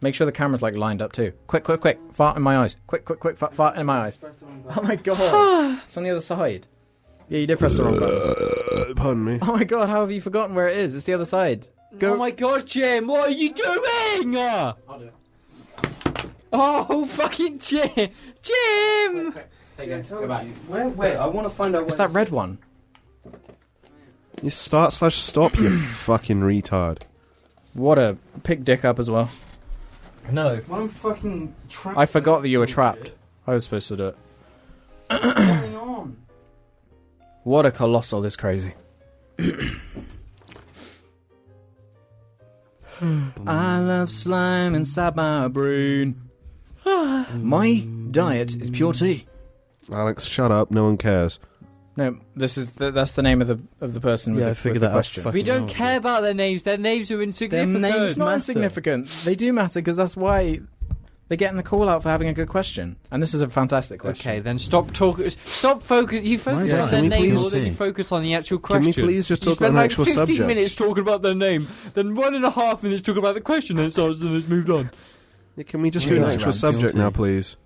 S2: Make sure the camera's like lined up too. Quick, quick, quick. Fart in my eyes. Quick, quick, quick. Fart, fart in my eyes. Oh my god. it's on the other side. Yeah, you did press the wrong button.
S3: Uh, pardon me.
S2: Oh my god, how have you forgotten where it is? It's the other side. Go.
S4: Oh my god, Jim, what are you doing? Oh, fucking Jim! Jim!
S1: Wait, I want to find out.
S2: It's that red one.
S3: You start slash stop, you fucking retard.
S2: What a pick dick up as well.
S5: No.
S1: I'm fucking trapped.
S2: I forgot that you were trapped. I was supposed to do it.
S1: Going on.
S2: What a colossal is crazy. I love slime inside my brain.
S1: Mm.
S2: my diet is pure tea.
S3: Alex, shut up. No one cares.
S2: No, this is the, that's the name of the of the person. with
S1: Yeah, I
S2: the, with
S1: figured
S2: the
S1: that out.
S2: question.
S1: Fucking
S4: We don't
S1: hell.
S4: care about their names, their names are insignificant.
S1: names
S2: It's not
S1: matter.
S2: insignificant. They do matter because that's why they're getting the call out for having a good question. And this is a fantastic question.
S5: Okay,
S4: Okay, then stop talking. Stop focus. You focus
S1: My
S4: on
S1: God.
S4: their
S1: Can we
S4: name
S3: please
S4: more than you
S5: do?
S4: focus on the actual
S3: Can
S4: question.
S3: we please just
S4: you
S3: talk about
S4: spend
S3: an
S4: like
S3: actual
S4: 15
S3: subject?
S4: minutes talking about their name, then one and a half minutes talking about the question, then it's ours, and it's moved on.
S3: Yeah, Can we just
S2: Yeah,
S3: do an
S2: that's
S3: actual
S2: right.
S3: subject now, please?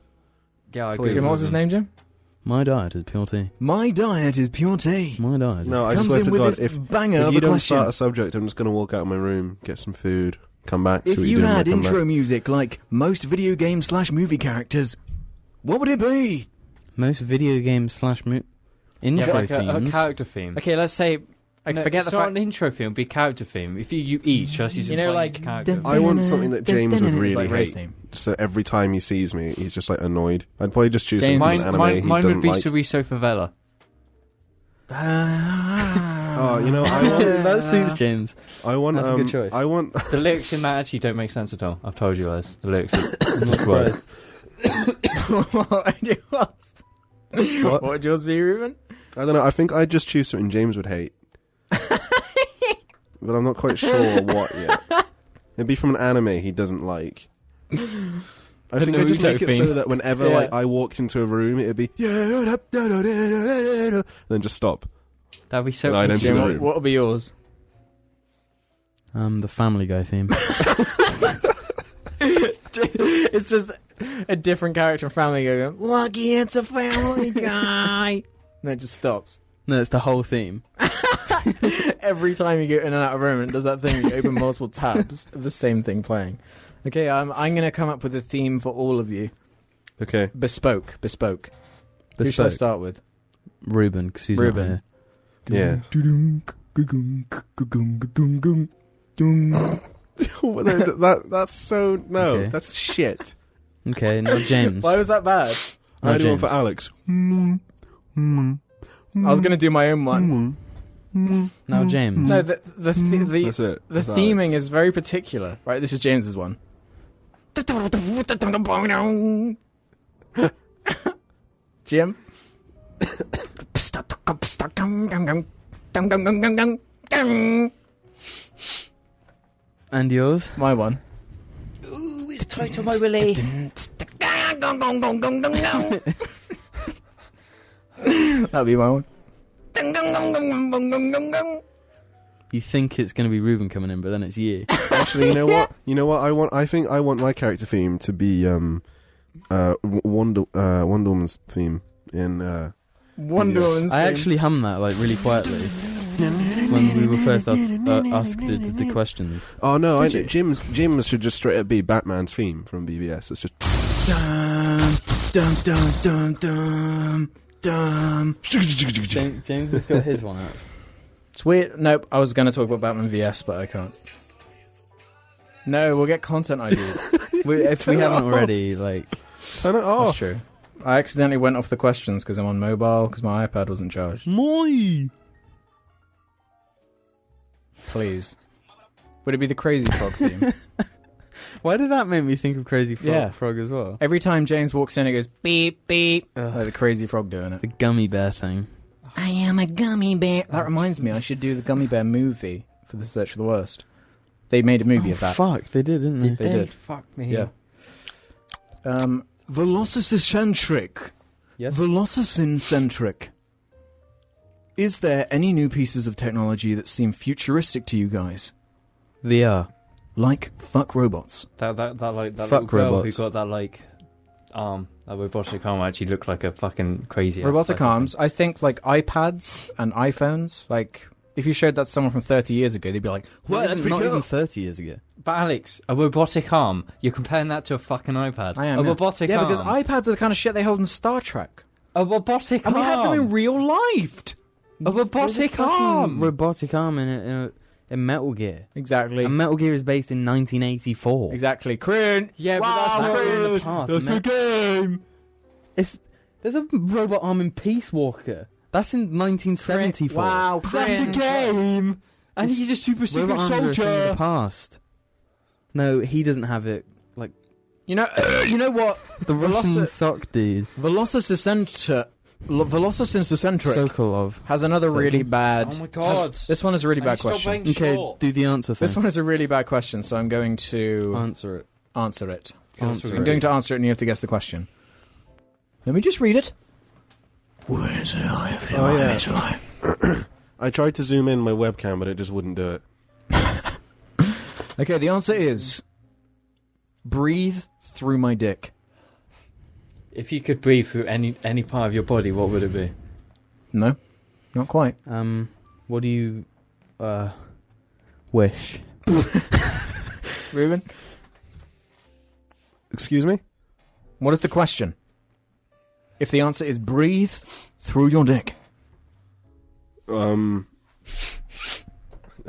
S5: Yeah, I
S3: Please.
S5: agree.
S2: Jim, what was his name, Jim?
S1: My diet is pure tea.
S2: My diet is pure tea.
S1: My diet.
S3: No, I
S2: Comes
S3: swear
S2: in
S3: to
S2: with
S3: God,
S2: this
S3: if,
S2: banger
S3: if
S2: of
S3: you
S2: a
S3: don't
S2: question.
S3: start a subject, I'm just going to walk out of my room, get some food, come back, see
S2: if
S3: what you
S2: you
S3: do when I
S2: had
S3: come
S2: intro
S3: back.
S2: music like most video game slash movie characters, what would it be?
S1: Most video game slash mo-
S5: Yeah,
S1: intro
S5: like a, a
S1: themes.
S5: character theme.
S2: Okay, let's say I
S5: No,
S2: forget
S5: it's
S2: the
S5: not
S2: fact.
S5: an intro theme. Be character theme. If you, you eat, just use
S2: You
S5: a
S2: know,
S5: tiny
S2: like
S5: character.
S3: I want something that James would
S2: It's
S3: really
S2: like race
S3: hate.
S2: theme.
S3: So every time he sees me, he's just like annoyed. I'd probably just choose
S5: James,
S3: something
S5: mine,
S3: from anime he
S5: mine, mine
S3: doesn't
S5: would be
S3: like.
S5: Cereso Favela.
S2: Ah.
S3: Oh, you know, I want,
S1: that suits James.
S3: I want,
S1: That's a
S3: um,
S1: good choice.
S3: I want.
S5: The lyrics in that actually don't make sense at all. I've told you guys. The lyrics are just words.
S2: what would yours? What? would yours be, Ruben?
S3: I don't know. I think I'd just choose something James would hate, but I'm not quite sure what yet. It'd be from an anime he doesn't like. I
S5: The
S3: think I just
S5: Naruto
S3: make it so
S5: theme.
S3: that whenever
S2: Yeah.
S3: like I walked into a room, it'd be and then just stop.
S5: That'd be so.
S3: And I'd empty
S5: easy.
S3: the
S2: What,
S3: room.
S2: what would be yours?
S1: Um, the Family Guy theme.
S2: it's just a different character in Family Guy going, Lucky it's a Family Guy. and it just stops.
S1: no, it's the whole theme.
S2: Every time you go in and out of a room, it does that thing. You open multiple tabs of the same thing playing. Okay, um, I'm going to come up with a theme for all of you.
S3: Okay.
S2: Bespoke. Bespoke. Who should I
S1: Bespoke.
S2: start with?
S1: Ruben, because he's
S2: Ruben.
S1: not here.
S3: Yeah. Well, that, that- that's so no.
S1: Okay.
S3: That's shit.
S1: Okay, not James.
S2: Why was that bad?
S1: Not
S3: I do one
S1: James.
S3: for Alex.
S2: I was going to do my own one.
S1: Now James.
S2: No, the, the, the, the,
S3: That's it.
S2: The
S3: That's
S2: theming
S3: Alex.
S2: is very particular. Right, this is James's one. Jim?
S1: And yours?
S2: My one. That'll be my one.
S1: You think it's going to be Ruben coming in, but then it's you.
S3: Actually, you know what? You know what? I want. I think I want my character theme to be um, uh, W- Wonder uh, Wonder Woman's theme in uh.
S2: Wonder
S3: Yes.
S2: Woman's
S1: I
S2: theme.
S1: actually hummed that like really quietly when we were first asked, uh, asked the, the questions.
S3: Oh no! I,
S2: Did you?
S3: Jim's Jim's should just straight up be Batman's theme from BBS. It's just
S2: Dum, dum, dum, dum, dum, dum.
S1: James, James has got his one out.
S2: It's weird. Nope, I was going to talk about Batman VS, but I can't. No, we'll get content ideas.
S1: We, if we
S3: Turn it
S1: haven't
S3: off.
S1: already, like,
S3: turn it
S2: That's
S3: off.
S2: true. I accidentally went off the questions because I'm on mobile because my iPad wasn't charged.
S1: my
S2: Please. Would it be the Crazy Frog theme?
S1: Why did that make me think of Crazy Frog,
S2: Yeah.
S1: Frog as well?
S2: Every time James walks in, it goes beep, beep.
S1: Ugh.
S2: Like the Crazy Frog doing it.
S1: The gummy bear thing.
S2: I am a gummy bear. That reminds me, I should do the Gummy Bear movie for the Search for the Worst. They made a movie of that.
S1: Oh, fuck, they did, didn't they?
S2: They did.
S5: Fuck me.
S2: Yeah. Um, Velocicentric.
S1: Yes.
S2: Velocicentric. Is there any new pieces of technology that seem futuristic to you guys?
S1: VR.
S2: Like fuck robots.
S5: That that that like that
S1: Fuck
S5: little girl who
S1: robots.
S5: got that like arm, that robotic arm actually looked like a fucking crazy. ass
S2: Robotic
S5: psycho thing.
S2: arms. I think like iPads and iPhones. Like if you showed that to someone from 30 years ago, they'd be like, "What?
S1: not
S2: That's pretty
S1: even- not
S2: cool."
S1: even 30 years ago.
S5: But Alex, a robotic arm. You're comparing that to a fucking iPad.
S2: I am,
S5: a
S2: yeah.
S5: robotic
S2: yeah,
S5: arm.
S2: because iPads are the kind of shit they hold in Star Trek,
S5: a robotic
S2: and
S5: arm.
S2: we had them in real life.
S5: a robotic arm.
S1: Robotic arm in, a, in, a, in Metal Gear.
S2: Exactly.
S1: And Metal Gear is based in 1984.
S2: exactly. Crin.
S5: yeah,
S2: Wow,
S1: That
S5: but that's
S1: was in the
S5: not
S1: past.
S5: That's
S1: Me-
S5: a game.
S1: It's, there's a robot arm in Peace Walker. That's in 1974.
S2: Wow. Crin.
S5: That's a game. And he's a super secret
S1: Robot arms are a thing of the
S5: soldier.
S1: past. No, he doesn't have it.
S2: You know. you know what?
S1: The Russian
S2: Veloci-
S1: sock dude,
S2: Velocicentric. Velocicentric
S1: Sokolov.
S2: has another
S1: Sorry.
S2: really bad.
S5: Oh my god.
S2: This one is a really
S5: And
S2: bad
S5: he's still
S2: question.
S5: playing
S1: Okay,
S5: short.
S1: do the answer thing.
S2: This one is a really bad question, so I'm going to
S1: Answer it.
S2: answer it.
S1: Answer
S2: I'm
S1: it.
S2: going to answer it, and you have to guess the question. Let me just read it. Where's life?
S3: Oh, yeah. I tried to zoom in my webcam, but it just wouldn't do it.
S2: Okay, the answer is breathe through my dick.
S5: If you could breathe through any any part of your body, what would it be?
S2: No, not quite.
S1: Um, what do you uh, wish?
S2: Ruben,
S3: Excuse me?
S2: what is the question? If the answer is breathe through your dick,
S3: Um.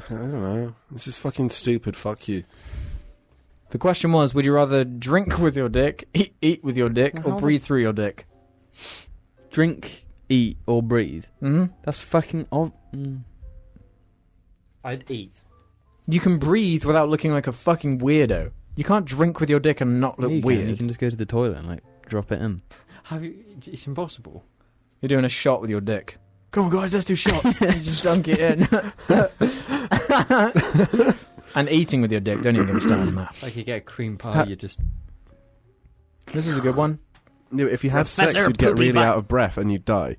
S3: I don't know. This is fucking stupid. Fuck you.
S2: the question was: Would you rather drink with your dick, eat, eat with your dick,
S1: Well,
S2: or
S1: how-
S2: breathe through your dick?
S1: Drink, eat, or breathe?
S2: hmm
S1: That's fucking. Ov- mm.
S5: I'd eat.
S2: You can breathe without looking like a fucking weirdo. You can't drink with your dick and not
S1: Yeah,
S2: look
S1: you can.
S2: weird.
S1: You can just go to the toilet and like drop it in.
S5: Have you? It's impossible.
S2: You're doing a shot with your dick. Come on, guys, let's do shots. you just dunk it in. and eating with your dick. Don't even get me started on that.
S5: Like you get a cream pie, you just
S2: This is a good one.
S3: Yeah, but if you had sex,
S6: Professor
S3: you'd get
S6: Poopy
S3: really
S6: Butt.
S3: out of breath and you'd die.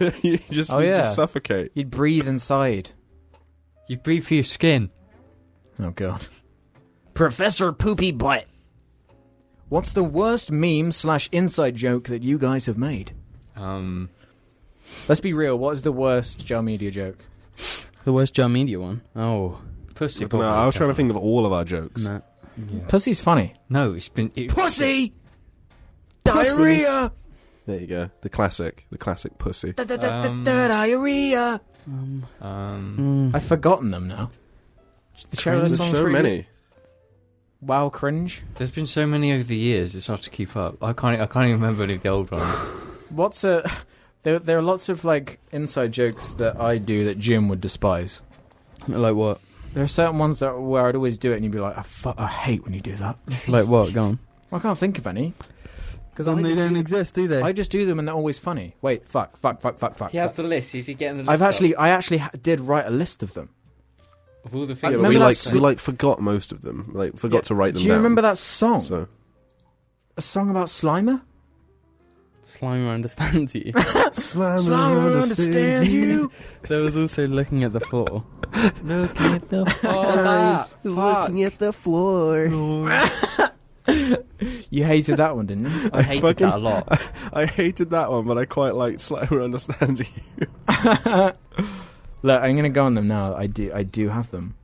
S3: you just,
S2: Oh,
S3: you'd
S2: yeah.
S3: just suffocate.
S2: You'd breathe inside.
S5: you breathe through your skin.
S2: Oh, God. Professor Poopy Butt. What's the worst meme slash inside joke that you guys have made?
S5: Um,
S2: Let's be real. What is the worst Jar Media joke?
S1: The worst Jar Media one. Oh,
S5: pussy.
S3: no,
S5: bottle,
S3: I was trying to
S5: come
S3: think of all of our jokes.
S1: no.
S5: on. Yeah.
S2: Pussy's funny.
S5: No, it's been it,
S2: Pussy!
S3: Pussy.
S2: Diarrhea!
S3: There you go. The classic. The classic pussy.
S2: Da, da, da, da,
S5: Um,
S2: da, Diarrhea!
S1: Um,
S5: Um,
S1: mm.
S2: I've forgotten them now. The Cherry
S1: Cringe.
S2: List
S3: There's
S2: song's
S3: so
S2: pretty good.
S3: many.
S2: Wow, cringe.
S5: there's been so many over the years. It's hard to keep up. I can't. I can't even remember any of the old ones.
S2: What's a? There, there are lots of like inside jokes that I do that Jim would despise.
S1: like what?
S2: There are certain ones that where I'd always do it, and you'd be like, "I, fu- I hate when you do that."
S1: Like what? Go on.
S2: I can't think of any because I,
S1: they
S2: just
S1: don't
S2: do-
S1: exist, do they?
S2: I just do them, and they're always funny. Wait, fuck, fuck, fuck, fuck, fuck.
S5: He has the list. Is he getting the list?
S2: I've actually, I actually ha- did write a list of them.
S5: of all the
S2: I
S5: things.
S3: yeah, but
S2: remember
S3: we
S2: that
S3: like
S2: song-
S3: we like forgot most of them. Like forgot
S2: Yeah,
S3: to write them
S2: Do you
S3: down.
S2: remember that song?
S3: So
S2: A song about Slimer?
S1: Slimer understands you.
S3: Slimer
S2: Slimer understands you.
S1: there was also looking at the floor. looking at the
S2: Oh, that. Fuck.
S3: at the floor.
S2: You hated that one, didn't you?
S5: I hated
S3: fucking-
S5: that a lot.
S3: I hated that one, but I quite liked Slimer understands you.
S2: Look, I'm gonna go on them now. I do, I do have them.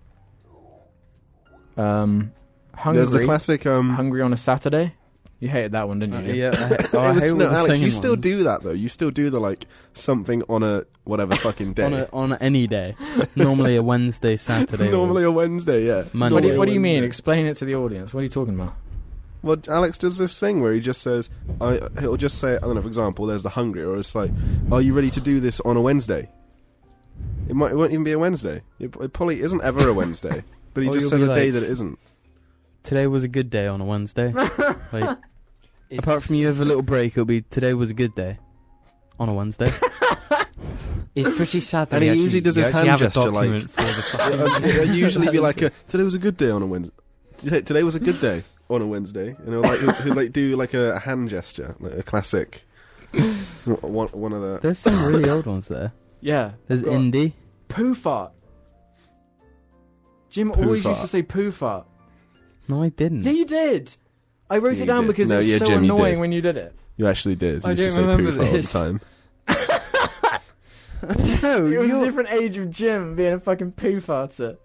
S2: Um, hungry.
S3: There's the classic. Um,
S2: Hungry on a Saturday? You hated that one, didn't you?
S1: yeah, I, oh, I
S3: it was-
S1: hate all
S3: no,
S1: the
S3: Alex, you
S1: singing
S3: still
S1: ones.
S3: do that though. You still do the like something on a whatever fucking day.
S1: on a, on any day. Normally a Wednesday, Saturday. or-
S3: Normally a Wednesday, yeah.
S1: Monday.
S2: What do,
S3: Normally
S2: you,
S3: a
S2: what do you
S3: Wednesday.
S2: mean? Explain it to the audience. What are you talking about?
S3: Well, Alex does this thing where he just says, "I." He'll just say, "I don't know." For example, there's the hungry, or it's like, "Are you ready to do this on a Wednesday?" It might. It won't even be a Wednesday. It, it probably isn't ever a Wednesday. But he
S1: Or you'll
S3: just says a
S1: be
S3: day
S1: like-
S3: that it isn't.
S1: Today was a good day on a Wednesday. like,
S5: It's
S1: apart from you have a little break, it'll be today was a good day on a Wednesday.
S5: It's pretty sad that
S3: And
S5: we
S3: he
S5: actually-
S3: usually does
S5: you
S3: his
S5: actually
S3: hand
S5: have a
S3: gesture, like-
S5: document for the fucking-
S3: It'll usually be like, a, "Today was a good day on a Wednesday." Today was a good day on a Wednesday, and he'll like, he'll, he'll like do like a hand gesture, like a classic. one, one of the.
S1: There's some really old ones there.
S2: Yeah.
S1: There's
S2: God.
S1: indie.
S2: Poo fart. Jim
S3: Poo
S2: always
S3: fart.
S2: used to say poo fart. Hmm.
S1: No, I didn't.
S2: Yeah, you did. I wrote
S3: Yeah,
S2: it
S3: you
S2: down
S3: did.
S2: because
S3: No,
S2: it was
S3: yeah,
S2: so
S3: Jim, you
S2: annoying
S3: did.
S2: when you did it.
S3: You actually did. You
S5: I
S3: used to
S5: don't
S3: say
S5: remember
S3: poof all the
S5: this.
S3: time.
S1: no,
S2: It was a
S1: you're-
S2: different age of Jim being a fucking poo farter.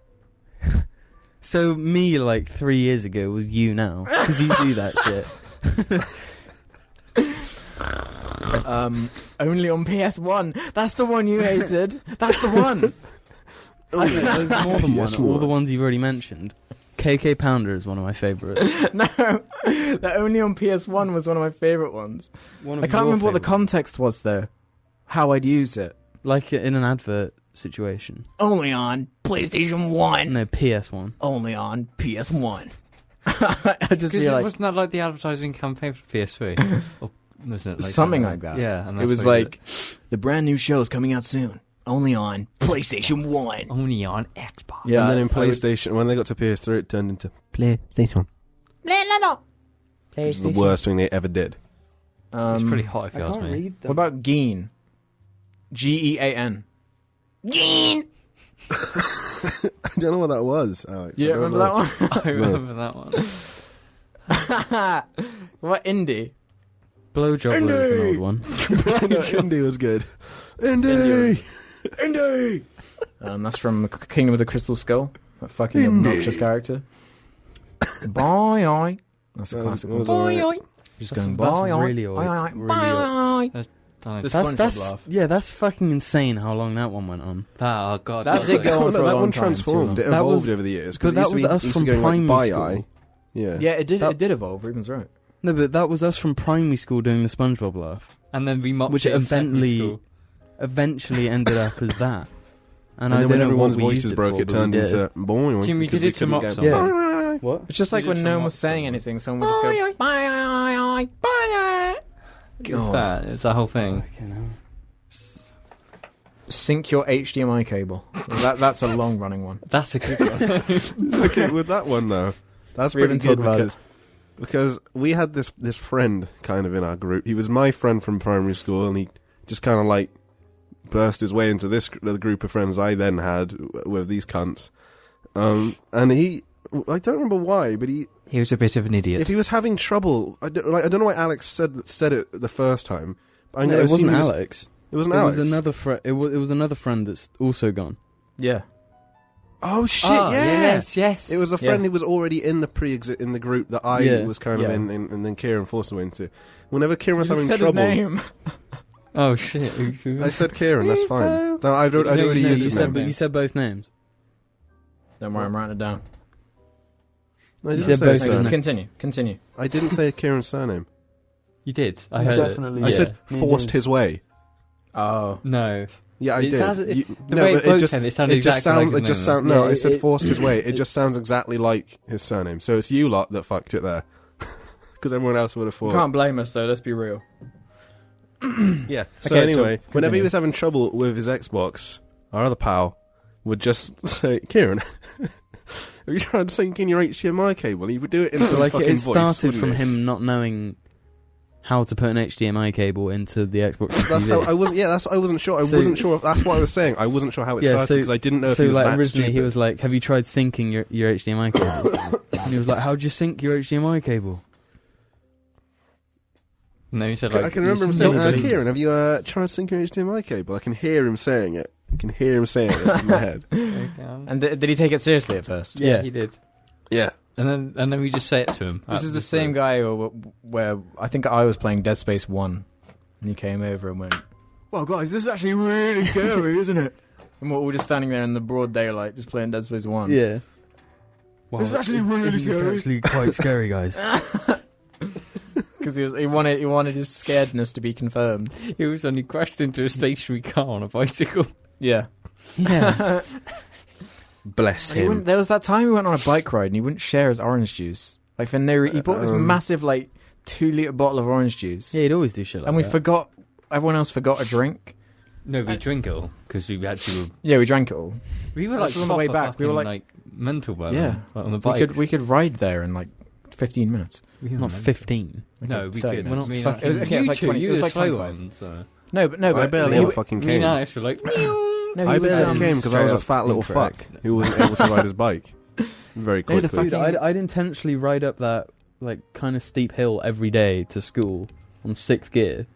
S1: So me like three years ago was you now because you do that shit.
S2: Um, only on PS1. That's the one you hated. That's the one.
S1: There's more than one.
S3: Yes,
S1: All
S3: what?
S1: the ones you've already mentioned. KK Pounder is one of my favourites.
S2: no, that only on PS1 was one of my favourite ones.
S1: One of
S2: I can't
S1: your
S2: remember what the
S1: favourites.
S2: context was, though. How I'd use it.
S1: like in an advert situation.
S2: Only on PlayStation 1.
S1: No, PS One.
S2: only on PS1. I just
S5: Because
S2: feel like
S5: wasn't that like the advertising campaign for PS3? or wasn't it like
S2: Something
S5: that?
S2: like that.
S5: Yeah, and
S2: it
S5: that's
S2: was
S5: what he
S2: like the brand new show is coming out soon, only on PlayStation
S5: did.
S2: One.
S5: only on Xbox.
S2: Yeah,
S3: and then in
S2: I would-
S3: PlayStation, when they got to PS3, it turned into PlayStation. Which is the worst thing they ever did.
S2: Um,
S5: it's pretty hot if you ask me.
S2: What about Geen? G E A N.
S3: I don't know what that was, Alex.
S2: Yeah,
S3: I don't
S2: remember
S3: know.
S2: that one?
S5: I remember that one.
S2: what indie?
S1: Blowjob was an
S3: Indeed.
S1: old one.
S3: no, Indy was good. Indy,
S2: Indy.
S3: Indy,
S2: Um, that's from the Kingdom of the Crystal Skull. That fucking
S3: Indeed.
S2: obnoxious character. Bye eye. That's a
S3: That was-
S2: classic
S3: that
S2: one.
S3: was all right.
S2: Just
S1: That's-
S2: going
S1: that's
S2: bye eye.
S1: really
S2: Bye eye.
S1: old. Really
S2: Bye eye.
S5: Don't know,
S1: That's-
S5: SpongeBob
S1: that's-
S5: laugh.
S1: yeah, that's fucking insane how long that one went on.
S5: That, oh god,
S2: That
S5: was
S2: did
S5: like-
S2: go
S3: Oh,
S2: on for
S3: no,
S2: a
S3: that
S2: long
S3: one
S2: time, too long.
S3: transformed. It
S1: That
S3: evolved
S1: was-
S3: over the years because
S1: but that
S3: used to
S1: was
S3: be,
S1: us
S3: used
S1: from
S3: to go in,
S1: primary
S3: like,
S1: school.
S3: by eye. Yeah.
S2: Yeah, it did.
S1: That-
S2: It did evolve. Ruben's right.
S1: No, but that was us from primary school doing the SpongeBob laugh.
S5: and then we mocked
S1: Which
S5: it in secondary
S1: eventually-
S5: school.
S1: Eventually ended up as that.
S3: And,
S1: And, I
S3: then
S1: don't
S3: when
S1: know
S3: everyone's
S1: what we
S3: voices
S1: used
S3: broke,
S1: for,
S3: it
S1: but
S3: turned
S1: we did.
S3: into boing.
S5: Jim, we
S3: because
S5: did it to
S3: couldn't
S5: mock
S3: get-
S5: someone.
S1: Yeah. What?
S2: It's just
S5: You
S2: like
S5: did
S2: when
S5: it
S2: no
S5: from
S2: one was
S5: Mozart.
S2: saying anything, someone would just go bye eye eye bye eye.
S5: It's
S2: God.
S5: that. It's that whole thing.
S1: Fucking hell.
S2: Sync your HDMI cable. that, that's a long running one.
S5: That's a good one.
S3: okay, with that one though, that's
S2: We
S3: pretty
S2: haven't talked
S3: good
S2: about it.
S3: because because we had this this friend kind of in our group. He was my friend from primary school, and he just kind of like burst his way into this gr- the group of friends I then had w- with these cunts. Um, and he, I don't remember why, but he
S5: he was a bit of an idiot.
S3: if he was having trouble, I don't, like, I don't know why Alex said said it the first time. I
S1: No,
S3: know
S1: it wasn't
S3: he was-
S1: Alex.
S3: It wasn't
S1: It
S3: Alex.
S1: was another friend. It was, it was another friend that's also gone.
S2: Yeah.
S3: oh shit!
S5: Ah,
S3: yeah.
S5: Yes, yes.
S3: It was a friend
S2: Yeah.
S3: who was already in the pre in the group that I
S1: Yeah.
S3: was kind of
S2: Yeah.
S3: in, in, and then Kieran Forster went into. Whenever Kieran was
S2: You
S3: having
S2: said
S3: trouble,
S2: His name.
S5: Oh shit.
S3: I said Kieran. That's fine. No, I don't. I
S5: No,
S3: don't really
S5: no,
S3: use
S5: you
S1: you
S3: his
S1: said,
S3: name.
S1: but you said both names.
S2: Don't worry, I'm writing it down.
S3: No, I
S1: you
S3: didn't
S1: said
S3: say his
S1: both, didn't
S3: surname.
S1: you?
S2: Continue. Continue.
S3: I didn't say Kieran's surname.
S5: You did. I heard it.
S3: I said forced his way.
S2: Oh.
S5: No.
S3: Yeah, I
S5: It
S3: did.
S5: sounds-
S3: You-
S5: The
S3: no,
S5: way
S3: but
S5: it,
S3: it
S5: broke
S3: just
S5: him, it sounded
S3: it just
S5: exactly like
S3: sounds.
S5: his
S3: It just
S5: name.
S3: sound. No,
S1: Yeah,
S3: I said
S1: it-
S3: forced his way. It just sounds exactly like his surname. So it's you lot that fucked it there, because everyone else would have
S2: You
S3: thought.
S2: can't blame us, though, let's be real.
S3: Yeah. So
S2: Okay, so
S3: anyway, whenever he
S2: continue.
S3: was having trouble with his Xbox, our other pal would just say, "Kieran, have you tried syncing your HDMI cable?" He would do it in
S1: So
S3: some
S1: like
S3: fucking
S1: it
S3: voice,
S1: started
S3: wouldn't
S1: from
S3: it?
S1: him not knowing how to put an HDMI cable into the Xbox
S3: That's
S1: TV.
S3: how I wasn't. Yeah, that's I wasn't sure. I
S1: So-
S3: wasn't sure. If, that's what I was saying. I wasn't sure how it
S1: Yeah,
S3: started
S1: so-
S3: because I didn't know if
S1: so
S3: he was
S1: like
S3: that
S1: originally
S3: stupid.
S1: he was like, "Have you tried syncing your, your HDMI cable?" and he was like, "How'd you sync your HDMI cable?"
S5: No, you said
S3: I
S5: like.
S3: can remember him
S5: you
S3: saying, uh,
S5: said-
S3: "Kieran, have you uh, tried syncing your HDMI cable?" I can hear him saying it. I can hear him saying it in my head.
S5: And
S2: And th- did he take it seriously at first?
S5: yeah,
S1: Yeah.
S5: he did.
S3: Yeah,
S5: And then and then we just say it to him. Uh,
S2: This is the same guy who, where I think I was playing Dead Space 1, and he came over and went, Well, guys, this is actually really scary, isn't it? And we're all just standing there in the broad daylight, just playing Dead Space 1.
S1: Yeah.
S2: This is actually really scary.
S1: actually quite scary, guys.
S2: Because he, was- he, wanted, he wanted his scaredness to be confirmed.
S5: He was only crashed into a stationary car on a bicycle.
S2: Yeah.
S1: yeah.
S3: bless
S2: And he wouldn't-
S3: him.
S2: there was that time we went on a bike ride and he wouldn't share his orange juice. Like for no re- he bought this
S3: Um,
S2: massive like two liter bottle of orange juice,
S1: Yeah, he'd always do shit like
S2: and we
S1: that.
S2: forgot. Everyone else forgot a drink.
S5: No, we
S2: I-
S5: drink it all because we actually were.
S2: Yeah, we drank it all.
S5: We were
S2: This
S5: like
S2: was on the way
S5: proper
S2: back, we were,
S5: fucking, mental by
S2: Yeah.
S5: then, like, on the
S2: We
S5: bike.
S2: could we could ride there in like fifteen minutes.
S1: not fifteen.
S2: Like,
S5: No, we
S2: 30
S5: could.
S1: We're not
S2: minutes.
S5: I mean,
S1: fucking-
S5: I-
S1: It was-
S2: okay, it was
S5: you
S2: like
S5: two,
S2: 20
S5: you
S2: it was
S5: were
S2: like
S5: slow
S2: 25.
S5: ones, so.
S2: No, but no, but
S3: I barely
S2: he,
S3: ever fucking
S5: Me
S3: came.
S5: and Alex were like,
S2: No, he
S3: I
S2: was,
S3: barely
S2: um,
S3: came because I was a
S1: straight
S3: fat little
S1: incorrect.
S3: fuck who wasn't able to ride his bike very
S2: No,
S3: quickly.
S2: the
S1: Dude,
S2: fucking-
S1: I'd, I'd intentionally ride up that like kind of steep hill every day to school on sixth gear.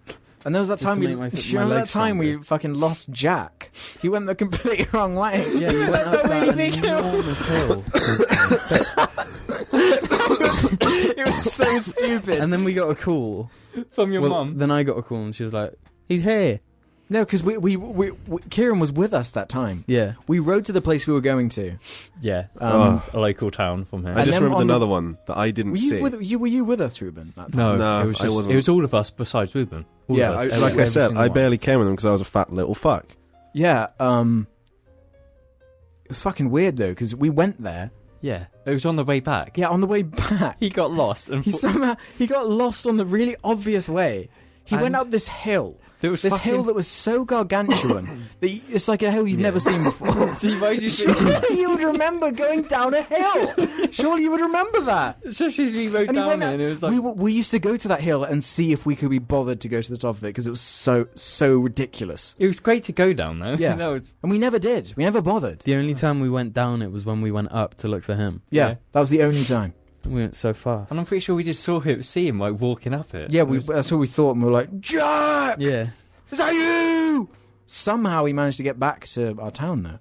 S2: And there was that
S1: Just
S2: time
S1: to
S2: we.
S1: make my-
S2: do you
S1: my
S2: remember that
S1: legs
S2: time we
S1: stronger.
S2: fucking lost Jack? He went the complete wrong way.
S1: Yeah, you went up that enormous hill,
S2: it was so stupid.
S1: and then we got a call.
S5: from your
S1: Well,
S5: mum.
S1: Then I got a call, and she was like, "He's here."
S2: no, because we, we we we Kieran was with us that time.
S1: Yeah,
S2: We rode to the place we were going to.
S5: Yeah,
S2: Um,
S3: Oh.
S5: a local town from here.
S3: I
S2: And
S3: just
S2: then
S3: remembered
S2: on the-
S3: another one that I
S2: Were
S3: didn't see.
S2: you, with, you were you with us, Ruben? That time?
S5: no,
S3: No,
S5: it was
S3: I
S5: just,
S3: wasn't.
S5: It was all of us besides Ruben. All
S2: Yeah,
S5: of
S3: I,
S5: us,
S3: like
S5: every-
S3: I
S5: every
S3: said,
S5: single
S3: I
S5: one.
S3: barely came with them because I was a fat little fuck.
S2: Yeah. Um. It was fucking weird though, because we went there.
S5: Yeah, it was on the way back.
S2: Yeah, on the way back,
S5: He got lost, and
S2: he
S5: fo-
S2: somehow he got lost on the really obvious way. He
S5: And-
S2: went up this hill,
S5: there was
S2: this
S5: fucking-
S2: hill that was so gargantuan that you, it's like a hill you've never seen before.
S5: See, why did you say-
S2: Surely you would remember going down a hill. Surely you would remember that.
S5: Especially as we rode
S2: And he
S5: down
S2: went
S5: there,
S2: up-
S5: and it was like,
S2: we, were- we used to go to that hill and see if we could be bothered to go to the top of it because it was so so ridiculous.
S5: it was great to go down though.
S2: Yeah.
S5: that was,
S2: And we never did. We never bothered.
S1: the only time we went down it was when we went up to look for him.
S2: Yeah,
S5: Yeah.
S2: that was the only time.
S1: We went so fast.
S5: And I'm pretty sure we just saw him, see him like walking up it.
S2: Yeah, we,
S5: It was-
S2: that's all we thought, and we were like, Jack,
S1: Yeah.
S2: is that you? Somehow we managed to get back to our town though.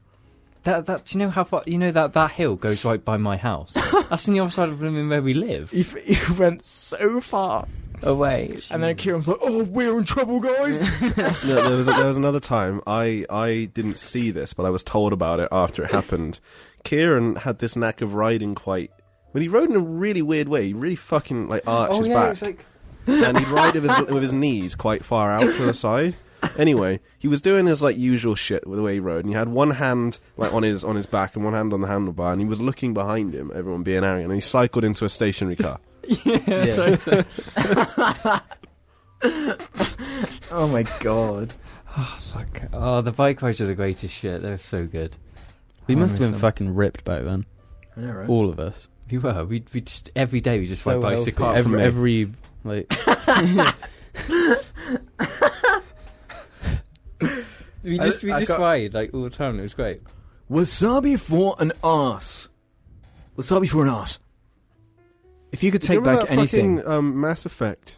S5: that that. Do you know how far? You know that that hill goes right by my house. that's on the other side of blooming where we live.
S2: You, you went so far away, and then Kieran's like, "Oh, we're in trouble, guys."
S3: No, there was there was another time I I didn't see this, but I was told about it after it happened. Kieran had this knack of riding quite. When he rode in a really weird way, he really fucking like
S2: Oh,
S5: Oh,
S3: arched his back, and he'd ride with his, with his knees quite far out to the side. Anyway, he was doing his like usual shit with the way he rode, and he had one hand like on his on his back and one hand on the handlebar, and he was looking behind him, everyone being arrogant, and he cycled into a stationary car.
S1: Yeah.
S2: oh my god!
S5: Fuck. Oh, the bike rides are the greatest shit. They're so good.
S1: We
S5: I
S1: must have been
S5: miss them.
S1: fucking ripped back then.
S2: Yeah, right.
S1: All of us.
S5: We were. We we just every day we just
S1: So
S5: ride
S1: well
S5: bicycles.
S1: fucked.
S3: Apart from
S1: Every,
S3: me.
S1: every like
S5: We
S2: I-
S5: just we
S2: I
S5: just
S2: got-
S5: ride like all the time. It was great.
S2: Wasabi for an ass. Wasabi for an ass. If you could
S3: Do
S2: take
S3: you remember
S2: back
S3: that
S2: anything,
S3: Fucking, um, Mass Effect.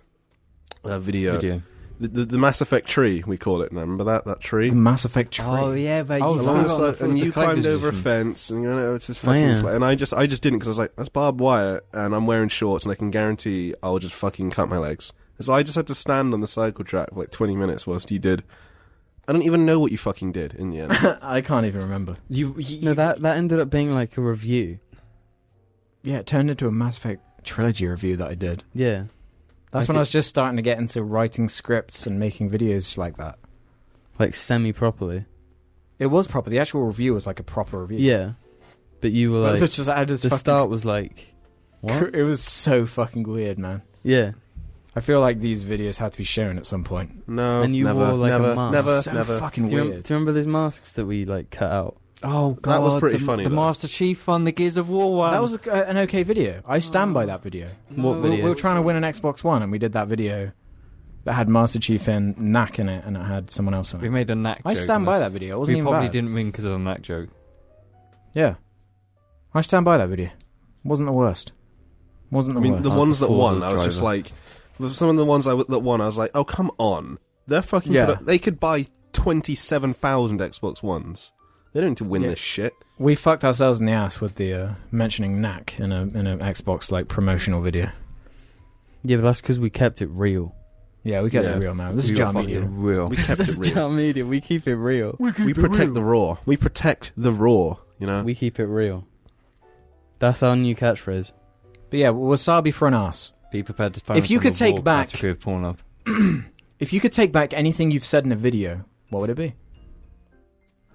S3: Uh, video.
S5: Video.
S3: The, the, the Mass Effect tree, we call it. Now. Remember that that tree?
S2: the Mass Effect tree.
S5: Oh yeah, but
S2: Oh,
S5: you
S2: along
S3: And,
S5: forgot
S3: it's
S5: that
S3: like-
S5: there
S3: and
S5: was a
S3: you climbed
S5: collector's
S3: over a
S5: edition.
S3: fence, and you know it's just fucking.
S1: yeah.
S3: pla- And I just, I just didn't because I was like, that's barbed wire, and I'm wearing shorts, and I can guarantee I'll just fucking cut my legs. And so I just had to stand on the cycle track for like 20 minutes whilst you did. I don't even know what you fucking did in the end.
S2: I can't even remember.
S5: You, you
S1: no, that that ended up being like a review.
S2: Yeah, it turned into a Mass Effect trilogy review that I did.
S1: Yeah,
S2: That's
S1: Like
S2: when
S1: it-
S2: I was just starting to get into writing scripts and making videos like that.
S1: like semi properly.
S2: It was proper. The actual review was like a proper review.
S1: Yeah, but you were
S2: But it
S1: like
S2: was just, I had this
S1: the
S2: fucking-
S1: start was like what?
S2: It was so fucking weird, man.
S1: Yeah,
S2: I feel like these videos had to be shown at some point.
S3: No,
S1: And you
S3: never,
S1: wore, like, a
S3: never,
S1: mask.
S3: never,
S2: so
S3: never.
S1: do
S2: fucking
S1: you,
S2: weird.
S1: rem- do you remember those masks that we like cut out?
S5: oh god,
S3: That was pretty
S5: the,
S3: funny,
S5: The
S3: though.
S5: Master Chief on the Gears of War one.
S2: that was a, an okay video. I stand by that video.
S1: What
S2: We-
S1: video?
S2: We were trying to win an Xbox One, and we did that video that had Master Chief in Knack in it, and it had someone else in
S5: We
S2: it.
S5: made a knack.
S2: I
S5: joke
S2: stand
S5: on
S2: by
S5: this.
S2: that video. It wasn't
S5: We
S2: even
S5: probably
S2: bad.
S5: didn't win because of a knack joke.
S2: Yeah, I stand by that video. Wasn't the worst. Wasn't
S3: I
S2: the
S3: mean,
S2: worst.
S3: the
S5: Master
S3: ones that
S5: Forza
S3: won, I was just
S5: driver.
S3: like, some of the ones I w- that won, I was like, oh come on, they're fucking.
S2: Yeah.
S3: produ- they could buy twenty-seven thousand Xbox Ones. They don't need to win
S2: Yeah.
S3: this shit.
S2: we fucked ourselves in the ass with the uh, mentioning Knack in a in an Xbox like promotional video.
S1: Yeah, but that's because we kept it real.
S2: Yeah, we get
S3: Yeah.
S2: to real now. This is
S5: We were
S2: Jar
S5: fucking
S2: Media.
S5: Real.
S3: We kept
S1: This
S3: it
S1: is
S3: real.
S1: Jar media. We keep it real.
S3: We protect the raw. We protect the raw. You know.
S1: We keep it real. That's our new catchphrase.
S2: But yeah, wasabi for an ass.
S5: Be prepared to find
S2: If
S5: us
S2: you
S5: on
S2: could
S5: the
S2: take
S5: wall
S2: back-
S5: category of Pornhub.
S2: If you could take back anything you've said in a video, what would it be?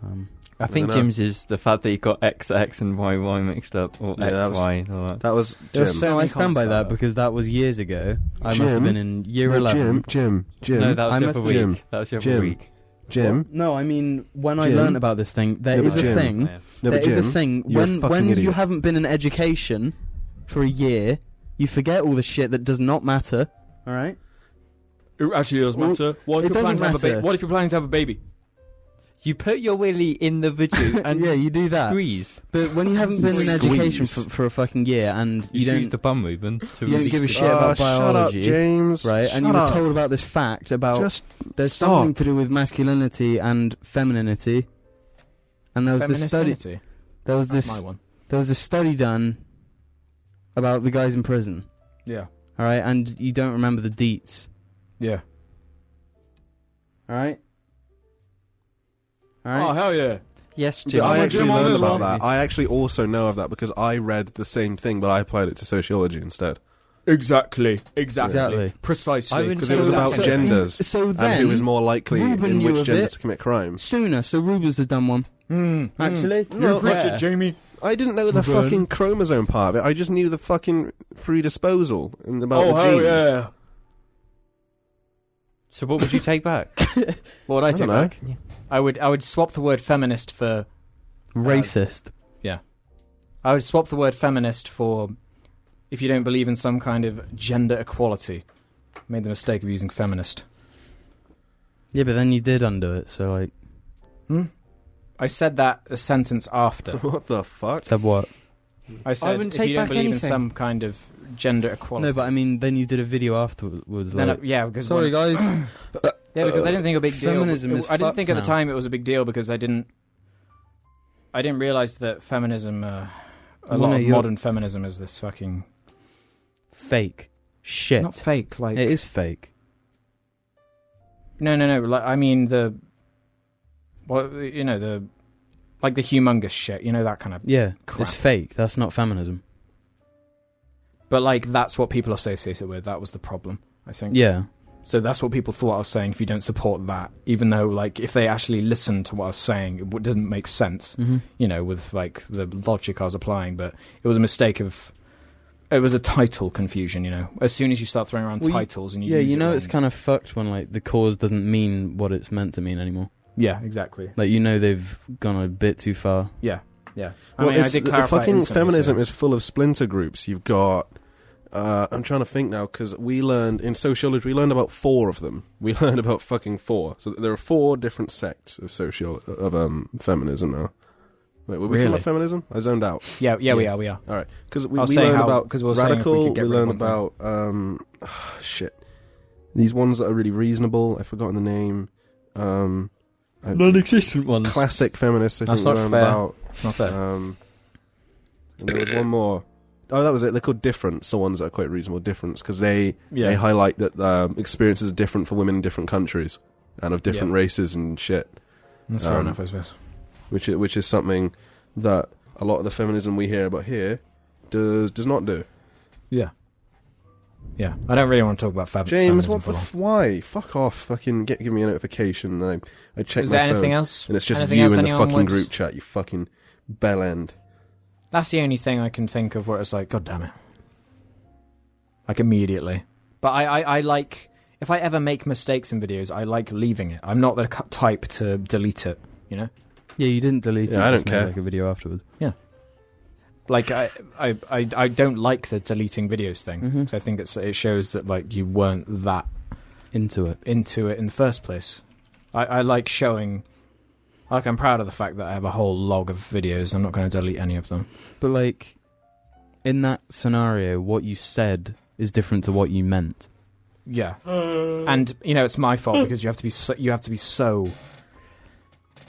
S1: Um,
S5: I think
S3: dunno.
S5: Jim's is the fact that you got XX and YY mixed up or
S3: Yeah, that was-
S5: XY and all that.
S3: that was
S2: There
S3: Jim.
S2: was so
S1: no, I
S2: many
S1: stand by
S2: comments
S1: that
S2: about
S1: because that was years ago. I must have
S3: Jim?
S1: been in year
S3: No,
S1: eleven.
S3: Jim, Jim, Jim,
S5: No, that was
S1: I
S5: the
S1: must-
S5: other week.
S3: Jim.
S5: That was the other
S3: Jim.
S5: week.
S3: Jim.
S1: No, I mean when I
S3: Jim?
S1: learned about this thing, there
S3: Yeah,
S1: is
S3: but
S1: a
S3: Jim-
S1: thing.
S5: Yeah.
S3: No,
S1: There
S3: but
S1: is
S3: Jim,
S1: a thing
S3: you're a
S1: when
S3: fucking
S1: when you
S3: idiot.
S1: haven't been in education for a year, you forget all the shit that does not matter. All right.
S2: It actually does
S1: Well,
S2: matter. What
S1: it doesn't matter.
S2: if you're planning to have a baby?
S5: You put your willy in the vagina and
S1: yeah, you do that.
S5: squeeze.
S1: But when you haven't been in
S3: Squeeze.
S1: education for, for a fucking year and
S5: You,
S1: you,
S5: choose
S1: don't,
S5: the bum movement. to
S1: you don't
S5: release
S1: give a
S5: the-
S1: shit about
S3: Oh, shut up,
S1: biology,
S3: James.
S1: right?
S3: Shut
S1: And you were
S3: up.
S1: told about this fact about
S3: Just
S1: there's
S3: stop.
S1: something to do with masculinity and femininity, and there was this study.
S2: Femininity.
S1: There was
S2: That's
S1: this
S2: my one.
S1: there was a study done about the guys in prison.
S2: Yeah.
S1: All right, and you don't remember the deets.
S2: Yeah.
S1: All right. All
S2: Oh,
S1: right.
S2: hell yeah.
S5: Yes,
S3: Yeah,
S5: Jim.
S3: I
S2: I'm
S3: actually
S2: Jim, I'm
S3: learned
S2: Jim.
S3: about that. I actually also know of that because I read the same thing, but I applied it to sociology instead.
S2: Exactly. Exactly.
S1: Exactly.
S5: I
S2: Precisely.
S5: wouldn't
S3: Because
S5: So
S3: it was
S5: that-
S3: about
S5: so-
S3: genders
S1: So
S3: and
S1: then,
S3: who is more likely
S1: Ruben
S3: in
S1: knew
S3: which
S1: of
S3: gender
S1: it.
S3: to commit crimes.
S1: sooner. So Rubens has done one.
S2: Mm, mm.
S1: Actually,
S5: No,
S2: You preach
S5: yeah.
S2: it, Jamie.
S3: I didn't know the
S2: Ruben.
S3: fucking chromosome part of it. I just knew the fucking free disposal and about
S2: oh,
S3: the
S2: hell
S3: genes.
S2: yeah.
S5: So what would you take back?
S2: What would I,
S3: I
S2: take
S3: don't know.
S2: back? I would, I would swap the word feminist for.
S1: racist.
S2: I would swap the word feminist for. If you don't believe in some kind of gender equality, made the mistake of using feminist.
S1: Yeah, but then you did undo it. So like,
S2: I said that a sentence after.
S3: What the fuck?
S1: said what?
S2: I said,
S5: wouldn't
S2: if
S5: take
S2: you don't
S5: back
S2: believe in
S5: anything.
S2: some kind of gender equality,
S1: No, but I mean, then you did a video afterwards.
S2: then
S1: Like,
S2: I- yeah, because
S1: Sorry,
S2: one-
S1: guys.
S2: yeah, because I didn't think a big deal.
S1: Feminism
S2: it-
S1: is
S2: I didn't
S1: fucked
S2: think at
S1: now.
S2: the time it was a big deal because I didn't, I didn't realize that feminism, uh, a
S1: Well,
S2: lot
S1: no,
S2: of
S1: you're-
S2: modern feminism is this fucking
S1: fake. Shit.
S2: not fake. Like
S1: it is fake.
S2: no, no, no. Like I mean the, well, you know the, like the humongous shit. You know that kind of.
S1: Yeah,
S2: Crap.
S1: it's fake. That's not feminism.
S2: But like that's what people associate it with. That was the problem. I think.
S1: Yeah.
S2: So that's what people thought I was saying. If you don't support that, even though like if they actually listened to what I was saying, it w- doesn't make sense.
S1: Mm-hmm.
S2: You know, with like the logic I was applying, but it was a mistake of. It was a title confusion, you know. As soon as you start throwing around
S1: Well, you-
S2: titles and you
S1: Yeah,
S2: use
S1: you
S2: it
S1: know it's
S2: wrong-
S1: kind of fucked when like the cause doesn't mean what it's meant to mean anymore.
S2: yeah, exactly.
S1: Like you know they've gone a bit too far.
S2: Yeah, I
S3: Well,
S2: mean, I
S3: it's-
S2: did
S3: the- the
S2: clarify
S3: fucking
S2: instantly,
S3: feminism
S2: so-
S3: is full of splinter groups. You've got. Uh, I'm trying to think now because we learned in sociology we learned about four of them. We learned about fucking four. So there are four different sects of social of um feminism now. Wait, were we talking
S2: Really?
S3: about feminism? I zoned out.
S2: yeah, yeah, we
S1: yeah.
S2: are, we are.
S3: All right, because we,
S2: I'll
S3: we
S2: say
S3: learn
S2: how-
S3: about
S2: 'cause we were saying if we
S3: radical.
S2: could
S3: We,
S2: get rid of
S3: learn
S2: one
S3: about um, shit. These ones that are really reasonable. I've forgotten the name. Um, I-
S5: Non-existent ones.
S3: classic feminists. I
S2: That's
S3: think
S2: not
S3: we learn
S2: fair.
S3: about.
S2: Not fair.
S3: Um, and there was one more. Oh, that was it. They're called difference. The ones that are quite reasonable difference because they they
S2: yeah,
S3: highlight that um, experiences are different for women in different countries and of different
S2: Yeah.
S3: races and shit,
S2: that's fair
S3: um,
S2: enough, I suppose.
S3: which is, which is something that a lot of the feminism we hear about here does does not do.
S2: Yeah, yeah. I don't really want to talk about fab-
S3: James,
S2: feminism
S3: what
S2: for
S3: the
S2: long.
S3: f- why? Fuck off! Fucking get give me a notification. And I I check
S2: Is
S3: my
S2: there anything
S3: phone
S2: else?
S3: and it's just
S2: anything
S3: you
S2: else
S3: in the
S2: anyone
S3: fucking
S2: wants?
S3: group chat. You fucking bell end.
S2: That's the only thing I can think of where it's like, God damn it. Like immediately. But I, I, I like, if I ever make mistakes in videos, I like leaving it. I'm not the cu- type to delete it.
S1: Yeah, you didn't delete
S3: Yeah,
S1: it.
S3: I
S1: you
S3: don't
S1: just made,
S3: care.
S1: Like a video afterwards.
S2: Like, I, I, I, I don't like the deleting videos thing.
S1: Mhm.
S2: So I think it's, it shows that, like, you weren't that
S1: Into it.
S2: into it in the first place. I, I like showing, like, I'm proud of the fact that I have a whole log of videos. I'm not going to delete any of them.
S1: But like in that scenario, what you said is different to what you meant.
S2: Yeah,
S3: Uh.
S2: and you know it's my fault because you have to be so, you have to be so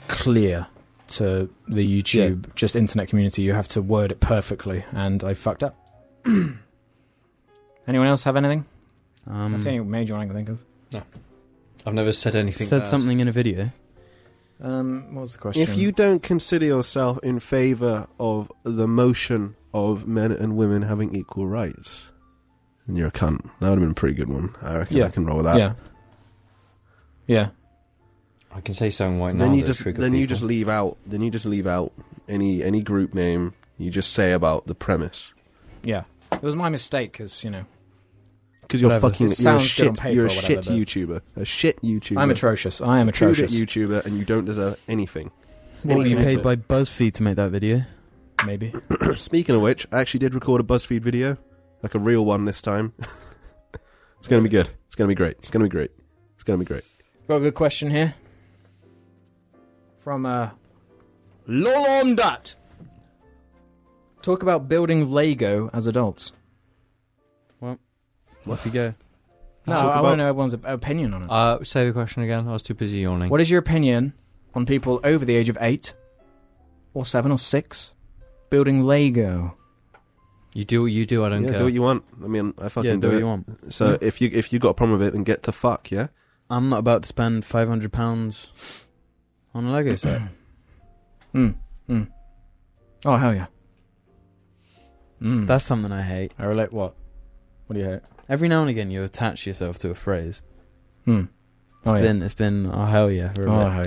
S2: clear to the YouTube just internet community. You have to word it perfectly, and I fucked up. Anyone else have anything?
S1: Um,
S2: That's the only major one I can think of.
S5: I've never said anything.
S1: said
S5: that-
S1: something in a video.
S2: Um, what was the question?
S3: If you don't consider yourself in favour of the motion of men and women having equal rights, then you're a cunt. That would have been a pretty good one. I reckon
S2: Yeah.
S3: I can roll with that.
S2: yeah, yeah,
S5: I can say something right now.
S3: Then you
S5: that
S3: just then
S5: trigger
S3: you
S5: people.
S3: just leave out then you just leave out any any group name. You just say about the premise
S2: yeah. It was my mistake because you know
S3: because you're
S1: Whatever.
S3: fucking
S2: It
S3: you're a
S2: sounds good on
S3: shit
S2: paper
S3: you're
S2: or
S3: a shit
S2: whatever, but-
S3: YouTuber a shit YouTuber.
S2: I'm atrocious. I am
S3: a true
S2: atrocious.
S3: YouTuber and you don't deserve anything.
S1: What were you
S3: Anything
S1: paid
S3: at
S1: by
S3: all.
S1: BuzzFeed to make that video?
S2: Maybe.
S3: Speaking of which, I actually did record a BuzzFeed video, like a real one this time. it's gonna be good. It's gonna be great. It's gonna be great. It's gonna be great.
S2: Got a good question here from uh, Lolom Dutt. Talk about building Lego as adults.
S1: Off you go.
S2: No,
S3: Talk
S2: I
S3: about-
S2: want to know everyone's op- opinion on it.
S5: Uh, say the question again. I was too busy yawning.
S2: what is your opinion on people over the age of eight, or seven, or six, building Lego?
S5: You do what you do. I don't
S3: yeah,
S5: care.
S3: do what you want. I mean, I fucking
S1: Yeah,
S3: do,
S1: do what
S3: it.
S1: you want.
S3: So
S1: Yeah.
S3: if you if you got a problem with it, then get to fuck. Yeah.
S1: I'm not about to spend five hundred pounds on a Lego set.
S2: Hmm. Hmm. Oh hell yeah. Mm.
S1: That's something I hate.
S2: I relate. What? What do you hate?
S1: Every now and again, you attach yourself to a phrase.
S2: Hmm.
S1: It's
S2: Oh yeah.
S1: been, it's been, oh hell yeah, for a
S2: Oh
S1: bit.
S2: hell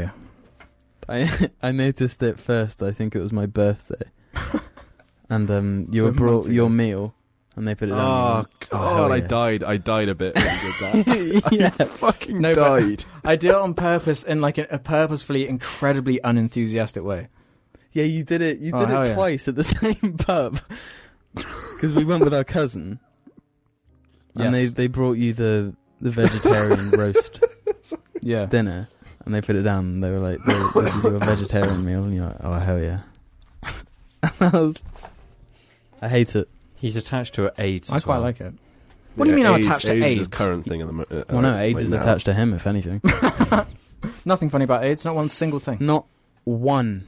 S2: yeah.
S1: I, I noticed it first. I think it was my birthday, and um, you
S2: So
S1: were brought
S2: months ago. Ah.
S1: your meal, and they put it down.
S3: Oh god,
S1: hell
S3: I
S1: yeah.
S3: died. I died a bit. When you did that.
S1: yeah,
S3: fucking
S2: No, but-
S3: died.
S2: I do it on purpose in like a, a purposefully incredibly unenthusiastic way.
S1: yeah, you did it. You
S2: Oh,
S1: did
S2: hell
S1: it
S2: yeah.
S1: twice at the same pub because we went with our cousin, and they
S2: Yes.
S1: they brought you the the vegetarian roast
S2: Yeah.
S1: dinner, and they put it down. And they were like, "This is your vegetarian meal," and you're like, "Oh hell yeah!" And I was, I hate it.
S5: He's attached to AIDS.
S2: I
S5: as
S2: quite
S5: well.
S2: like it. What do you mean I'm attached to
S3: AIDS?
S2: AIDS?
S3: is the current thing at the moment. Uh,
S2: Oh,
S1: Well, no,
S3: uh,
S1: AIDS
S3: like
S1: is
S3: now.
S1: attached to him, if anything.
S2: Nothing funny about AIDS. Not one single thing.
S1: Not one.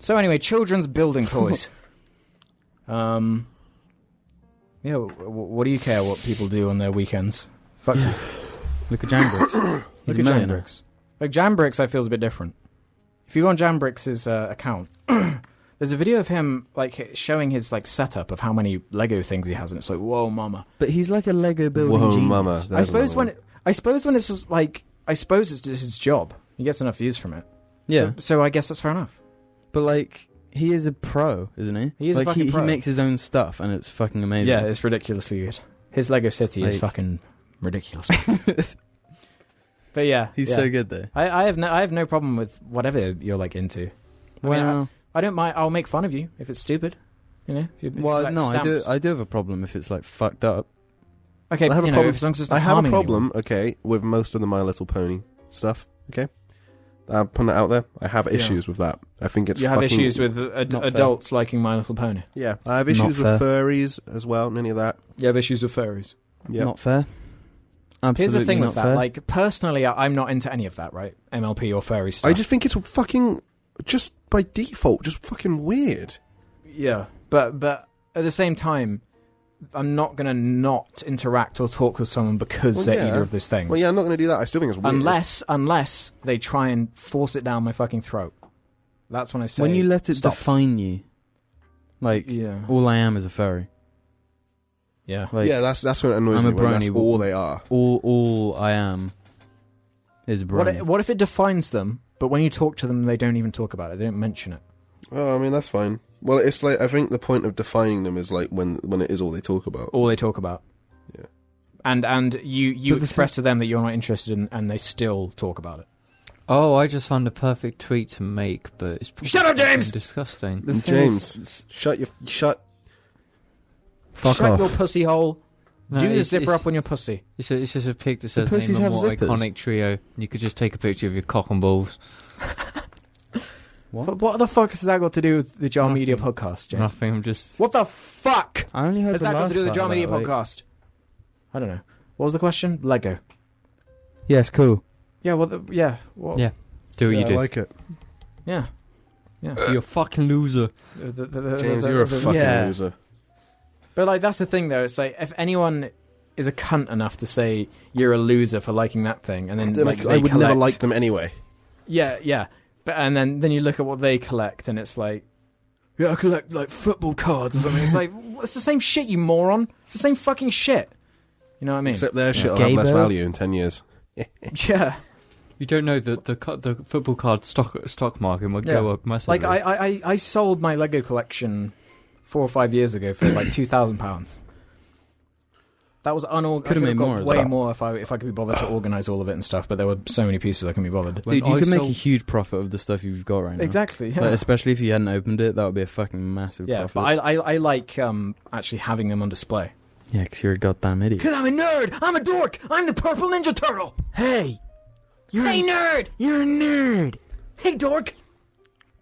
S2: So anyway, children's building toys. um. Yeah. W- w- what do you care what people do on their weekends? Fuck you.
S1: Look at Jambricks. He's
S2: Look
S1: a
S2: at
S1: millionaire.
S2: Jambricks. Like Jambricks, I feel is a bit different. If you go on Jambricks' uh, account, there's a video of him like h- showing his like setup of how many Lego things he has, and it's like, whoa, mama.
S1: But he's like a Lego building
S3: Whoa,
S1: genius.
S3: mama!
S2: I
S3: there's
S2: suppose
S3: another
S2: when
S3: one.
S2: it, I suppose when it's just, like I suppose it's just his job. He gets enough views from it.
S1: Yeah,
S2: So, so I guess that's fair enough.
S1: but like he is a pro, isn't he?
S2: He is a
S1: like
S2: fucking
S1: he,
S2: pro.
S1: he makes his own stuff, and it's fucking amazing.
S2: Yeah, it's ridiculously good. His Lego City is
S1: Like-
S2: fucking ridiculous. but yeah,
S1: he's
S2: yeah.
S1: so good though.
S2: I, I have no I have no problem with whatever you're like into. I mean, I-
S1: Well,
S2: I don't mind. I'll make fun of you if it's stupid. You know, if you
S1: well,
S2: like
S1: no, I do.
S2: stamps.
S1: I do have a problem if it's like fucked up.
S2: okay,
S3: I have a
S2: you know,
S3: problem-
S2: as long as it's not
S3: I have a
S2: harming
S3: problem, okay, with most of the My Little Pony stuff. Okay, I'm putting it out there. I have issues with that. I think it's
S2: anyone. You have
S3: fucking-
S2: issues with uh, ad-
S1: not fair.
S2: adults liking My Little Pony.
S3: Yeah, I have
S1: Not
S3: issues with furries as well. None of that.
S2: You have issues with furries.
S3: Yeah,
S1: Not fair. Absolutely
S2: Here's the thing
S1: not
S2: with that.
S1: fair.
S2: Like personally, I- I'm not into any of that. Right, MLP or furry stuff.
S3: I just think it's fucking just by default, just fucking weird.
S2: yeah, but but at the same time, I'm not gonna not interact or talk with someone because
S3: Well,
S2: they're
S3: yeah.
S2: either of those things.
S3: Well, yeah, I'm not going to do that. I still think it's weird.
S2: Unless unless they try and force it down my fucking throat. That's when I say
S1: when you let it
S2: stop.
S1: define you, like
S2: yeah
S1: all I am is a furry.
S2: yeah.
S1: Like
S3: yeah, that's that's what annoys
S1: I'm a
S3: me. When that's
S1: brony.
S3: all they are.
S1: all, all I am is a
S2: What, i-
S1: brony.
S2: what if it defines them, but when you talk to them, they don't even talk about it? They don't mention it.
S3: Oh, I mean, that's fine. Well, it's like I think the point of defining them is like when when it is all they talk about.
S2: All they talk about.
S3: Yeah.
S2: And and you you
S1: But the
S2: express to them that you're not interested in, and they still talk about it.
S5: Oh, I just found the perfect tweet to make, but it's
S2: Shut up,
S5: fucking
S2: James!
S5: Disgusting.
S1: The thing
S3: James.
S1: is-
S3: Shut your shut.
S2: Shut your pussy hole.
S5: No,
S2: Do the
S5: it's-
S2: zipper
S5: it's-
S2: up on your pussy.
S5: It's, a, it's just a pig that says
S1: pussies
S5: name a
S1: have
S5: more
S1: zippers.
S5: iconic trio. You could just take a picture of your cock and balls.
S2: But what the fuck has that got to do with the Jar Media
S5: Nothing.
S2: podcast, James?
S5: Nothing. I'm just.
S2: What the fuck
S1: I only heard
S2: has
S1: the
S2: that got
S1: last
S2: to do with the
S1: part
S2: Jar
S1: of
S2: Media
S1: that, like-
S2: podcast? I don't know. What was the question? Lego.
S1: Yes, cool.
S2: Yeah. Well. The, yeah. What,
S5: Yeah. Do what
S3: Yeah,
S5: you
S3: I
S5: do.
S3: like it.
S2: Yeah.
S5: You're a fucking loser.
S2: The- the- the- the-
S3: Uh, James,
S2: the-
S3: you're a
S2: the-
S3: fucking
S1: yeah.
S3: loser.
S2: But like that's the thing though. It's like if anyone is a cunt enough to say you're a loser for liking that thing, and then,
S3: Then I-
S2: like,
S3: I,
S2: they
S3: would never
S2: collect-
S3: like them anyway.
S2: Yeah, yeah. But and then then you look at what they collect, and it's like. Yeah, I collect like football cards or something. It's like it's the same shit, you moron. It's the same fucking shit. You know what I mean?
S3: Except their shit will have
S1: Gay
S3: less
S1: bird?
S3: value in ten years.
S2: yeah,
S5: You don't know that the co- the football card stock stock market will go
S2: Yeah.
S5: up massively.
S2: like I, I, I- I sold my Lego collection four or five years ago for like two thousand pounds. That was unor.
S1: Could've
S2: I
S1: made
S2: got
S1: more as
S2: way
S1: well.
S2: more if I if I could be bothered to organize all of it and stuff. But there were so many pieces I couldn't be bothered.
S5: When
S1: Dude, you
S5: I
S1: can make a
S5: sold-
S1: huge profit of the stuff you've got right now.
S2: Exactly. Yeah.
S1: Like, especially if you hadn't opened it, that would be a fucking massive
S2: Yeah,
S1: profit.
S2: but I, I, I like um, actually having them on display.
S1: Yeah, because you're a goddamn idiot.
S2: Because I'm a nerd! I'm a dork! I'm the purple ninja turtle! Hey! You're hey, nerd!
S7: You're a nerd.
S2: Hey, dork!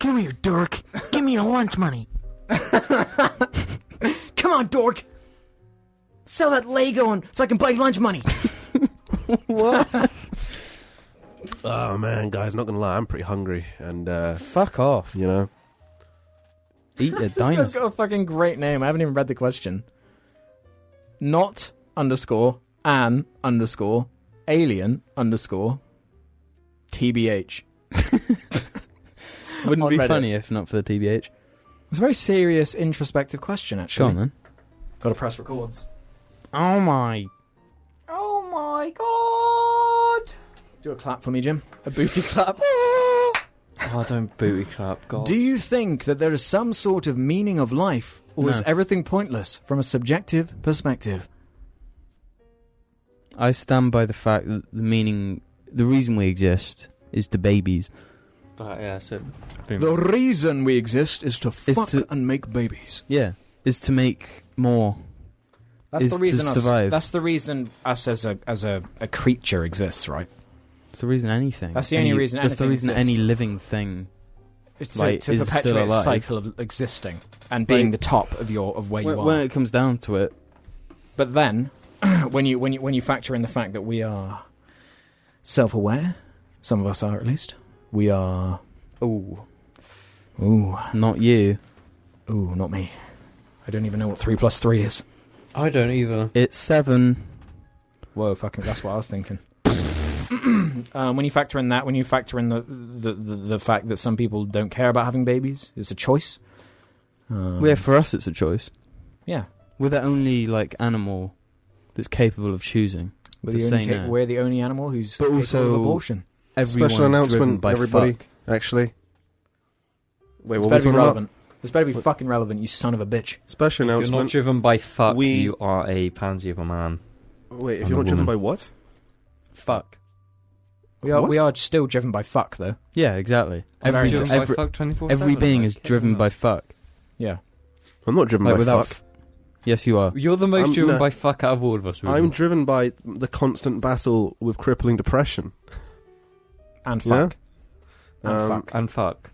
S7: Come here, dork. Give me your lunch money.
S2: Come on, dork!
S7: Sell that Lego and so I can buy lunch money.
S3: Oh man, guys, not gonna lie, I'm pretty hungry, and uh,
S1: Fuck off.
S3: you know,
S1: Eat a
S2: This guy's got
S1: dinosaur.
S2: a fucking great name. I haven't even read the question. Not underscore an underscore alien underscore TBH.
S1: Wouldn't
S2: on
S1: be
S2: Reddit.
S1: funny if not for the TBH.
S2: It's a very serious, introspective question, actually.
S1: Go on then.
S2: Gotta press records.
S1: Oh my.
S4: Oh my god!
S2: Do a clap for me, Jim. A booty clap.
S5: Oh, don't booty clap. God.
S2: Do you think that there is some sort of meaning of life, or is
S1: No.
S2: everything pointless from a subjective perspective?
S1: I stand by the fact that the meaning, the reason we exist is to babies.
S5: But, yeah, so
S2: The reason we exist is to
S1: Is
S2: fuck
S1: to-
S2: and make babies.
S1: Yeah. Is to make more.
S2: That's
S1: Is
S2: the
S1: to
S2: reason us,
S1: survive.
S2: That's the reason us as a as a, a creature exists, right?
S1: It's the reason anything.
S2: That's the only
S1: any-
S2: reason
S1: That's the
S2: anything
S1: reason
S2: exists.
S1: any living thing
S2: It's
S1: like,
S2: to, to
S1: is still
S2: perpetuate its
S1: alive.
S2: cycle of existing and
S1: Like-
S2: being the top of your of where
S1: When,
S2: you are.
S1: when it comes down to it,
S2: But then, when you when you when you factor in the fact that we are self-aware, some of us are at least. We are.
S1: oh,
S2: Ooh,
S1: not you.
S2: ooh, not me. I don't even know what three plus three is.
S5: I don't either.
S1: It's seven.
S2: Whoa, fucking, that's what I was thinking. um, when you factor in that, when you factor in the the, the the fact that some people don't care about having babies, it's a choice. Um,
S1: Where for us, it's a choice.
S2: yeah,
S1: We're the only like animal that's capable of choosing.
S2: we're
S1: to
S2: the,
S1: say
S2: only,
S1: no.
S2: ca- we're the only animal who's
S1: But
S2: capable
S1: also-
S2: of abortion.
S1: Everyone's
S3: Special
S1: driven
S3: announcement,
S1: by
S3: everybody.
S1: fuck.
S3: Actually, wait,
S2: It's
S3: what was
S2: better
S3: it
S2: be
S3: about?
S2: relevant. It's better be fucking relevant, you son of a bitch.
S3: Special
S5: You're not
S3: announcement.
S5: driven by fuck.
S3: We-
S5: You are a pansy of a man.
S3: Wait, if
S5: I'm
S3: you're
S5: a
S3: not driven
S5: woman.
S3: by what?
S5: Fuck.
S2: We are
S3: What?
S2: we are still driven by fuck though.
S1: Yeah, exactly.
S2: Very
S1: Every
S2: driven
S5: Driven
S2: by
S1: every,
S5: by fuck 24
S1: every being is driven by fuck.
S2: Yeah.
S3: I'm not driven
S1: Like
S3: by
S1: without.
S3: fuck.
S1: f- yes, you are.
S5: You're the most
S3: I'm-
S5: driven
S3: no.
S5: by fuck out of all of us. really.
S3: I'm driven by the constant battle with crippling depression.
S2: And
S3: Yeah.
S2: fuck. And
S3: Um,
S2: Oh, fuck.
S5: and fuck.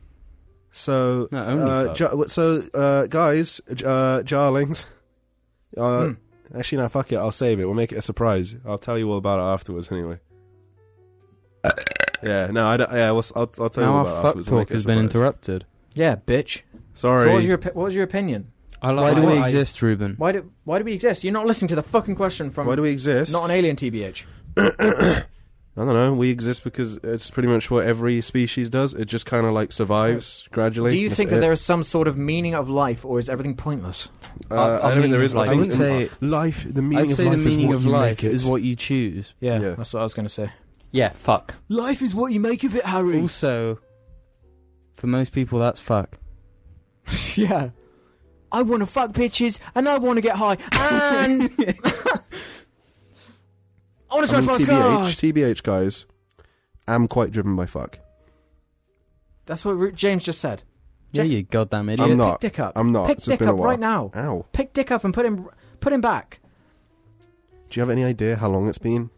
S3: So,
S1: Not only
S3: uh,
S1: fuck.
S3: ja- so uh, guys, j- uh, jarlings. Uh,
S2: Hmm.
S3: Actually, no, fuck it. I'll save it. We'll make it a surprise. I'll tell you all about it afterwards, anyway. yeah, no, I don't. Yeah, we'll, s- I'll, I'll tell you
S1: now
S3: all
S1: our
S3: about it
S1: fuck
S3: afterwards. We'll
S1: talk
S3: make it a
S1: has been
S3: surprise.
S1: interrupted.
S2: Yeah, bitch.
S3: Sorry.
S2: So what was your opi- what was your opinion?
S5: I
S1: Why
S5: like
S1: do we
S5: I-
S1: exist, Ruben?
S2: Why do why do we exist? You're not listening to the fucking question from
S3: Why do we exist?
S2: not an alien TBH.
S3: I don't know. We exist because it's pretty much what every species does. It just kind of like survives gradually.
S2: Do you
S3: That's
S2: think that
S3: it.
S2: there is some sort of meaning of life, or is everything pointless?
S3: Uh, I, don't think there is.
S1: I
S3: think
S1: wouldn't say-
S3: life. The meaning
S1: I'd say
S3: of
S1: the
S3: life is
S1: meaning
S3: what
S1: of
S3: you
S1: life
S3: make it.
S1: is what you choose.
S2: Yeah,
S3: Yeah.
S2: that's what I was going to say.
S5: Yeah, fuck.
S2: Life is what you make of it, Harry.
S1: Also, for most people, that's fuck.
S2: yeah. I want to fuck bitches, and I want to get high, and I want
S3: I mean, TBH, TBH guys, I'm quite driven by fuck.
S2: That's what Ru- James just said.
S1: Yeah,
S2: Ja-
S1: you goddamn idiot.
S3: I'm not.
S2: Pick dick up.
S3: I'm not.
S2: Pick
S3: It's
S2: dick
S3: been a
S2: up
S3: while.
S2: right now.
S3: Ow.
S2: Pick dick up and put him, put him back.
S3: Do you have any idea how long it's been?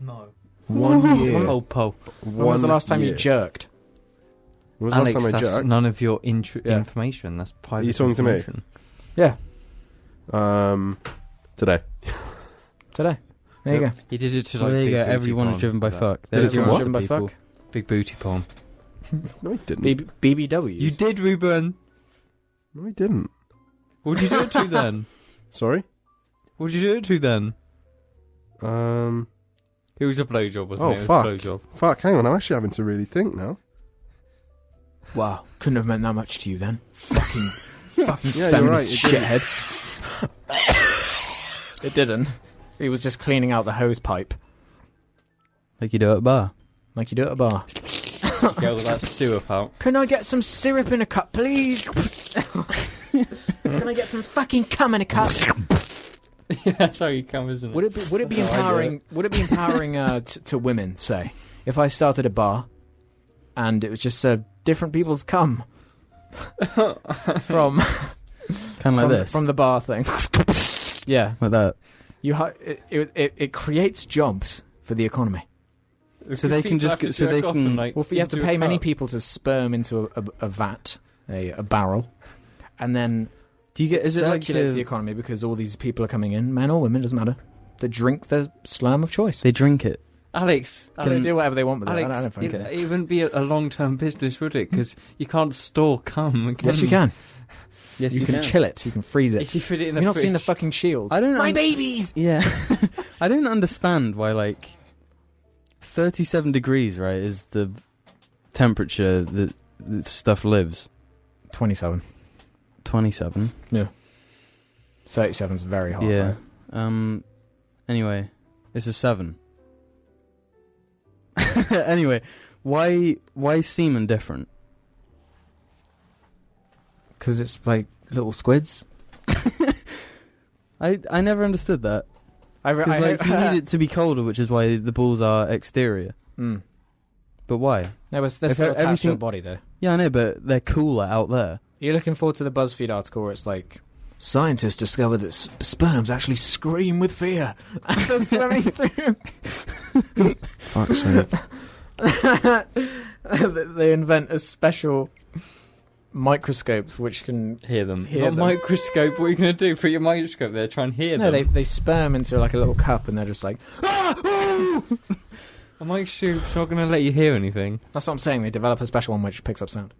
S5: No.
S3: One year.
S5: Oh, Paul.
S2: When was the last time
S3: year.
S2: you jerked?
S3: When was the
S5: Alex,
S3: last time I
S5: that's
S3: jerked?
S5: none of your intr-
S2: Yeah.
S5: information. That's private.
S3: you talking to me?
S5: information.
S2: Yeah,
S3: Um, today.
S2: today. There you go.
S5: He did it to
S1: Well,
S5: like.
S1: there you
S5: big
S1: go.
S5: booty
S1: Everyone is
S5: porn.
S1: driven by
S5: That-
S1: fuck.
S3: Did it
S1: There's
S3: to
S1: your
S3: what?
S1: answer,
S2: Driven by
S1: people.
S2: fuck.
S5: Big booty porn.
S3: No, I didn't.
S2: B- BBW.
S5: You did, Ruben.
S3: No, I didn't.
S5: What did you do it to then?
S3: Sorry.
S5: What did you do it to then?
S3: Um,
S5: It was a blowjob, wasn't
S3: Oh,
S5: it? It was a
S3: fuck.
S5: blowjob.
S3: fuck. Hang on. I'm actually having to really think now.
S2: Wow, couldn't have meant that much to you then. Fucking, fucking
S3: Yeah, you're right.
S2: feminist
S3: It didn't.
S2: shithead. it didn't. He was just cleaning out the hose pipe,
S1: Like you do at a bar.
S2: like you do at a bar.
S5: Get all that sewer out.
S2: Can I get some syrup in a cup, please? Can I get some fucking cum in a cup?
S5: yeah, sorry, come, isn't it?
S2: Would it be, would it be
S5: No, I get
S2: empowering? Would it be empowering uh, t- to women? Say, if I started a bar, and it was just served different people's cum from
S1: Kind of
S2: from,
S1: like this.
S2: from the bar thing. yeah,
S1: Like that.
S2: you hi- it, it it- it creates jobs for the economy.
S5: If
S1: so they
S5: people
S1: can just
S5: have to
S1: get- so
S5: jerk
S1: they
S5: off
S1: can-
S5: and, like,
S2: Well, if you have to
S5: into a
S2: pay many
S5: cup.
S2: people to sperm into a, a, a vat, a, a barrel, and then
S1: Do you get? Is it like
S2: circulates
S1: a-
S2: the economy because all these people are coming in, men or women, doesn't matter. They drink the slurm of choice.
S1: they drink it?
S5: Alex,
S2: They
S5: Alex,
S2: do whatever they want with it. I don't, I don't
S5: Alex,
S2: fucking
S5: it,
S2: care.
S5: it wouldn't be a, a long-term business, would it? Because you can't store cum.
S2: Yes, you can.
S5: Yes,
S2: you, can, chill it. You can freeze it.
S5: If you fit it in
S2: You've
S5: the
S2: not
S5: fridge.
S2: seen the fucking shield.
S1: I don't.
S2: My
S1: un-
S2: babies.
S1: Yeah, I don't understand why like thirty-seven degrees, right, is the temperature that, that stuff lives.
S2: Twenty-seven.
S1: Twenty-seven.
S2: Thirty-seven's very hot.
S1: yeah.
S2: Oh, right?
S1: Um. Anyway, it's a seven. anyway, why why is semen different?
S2: Because it's like little squids.
S1: I I never understood that
S2: I, re-
S1: because
S2: I
S1: like you need it to be colder, which is why the balls are exterior.
S2: Mm.
S1: But why?
S2: No, it's, they're
S1: If
S2: still attached to your
S1: everything-
S2: body, though.
S1: Yeah, I know, but they're cooler out there.
S2: You're looking forward to the BuzzFeed article where it's like scientists discovered that s- sperms actually scream with fear after swimming through.
S3: Fuck's sake.
S2: they invent a special microscope which can.
S5: Hear them.
S2: Hear
S5: Not
S2: them.
S5: microscope. What are you going to do? Put your microscope there. Try and hear
S2: No, they
S5: them.
S2: they sperm into like a little cup and they're just like.
S5: A microscope's not going to let you hear anything.
S2: That's what I'm saying. They develop a special one which picks up sound.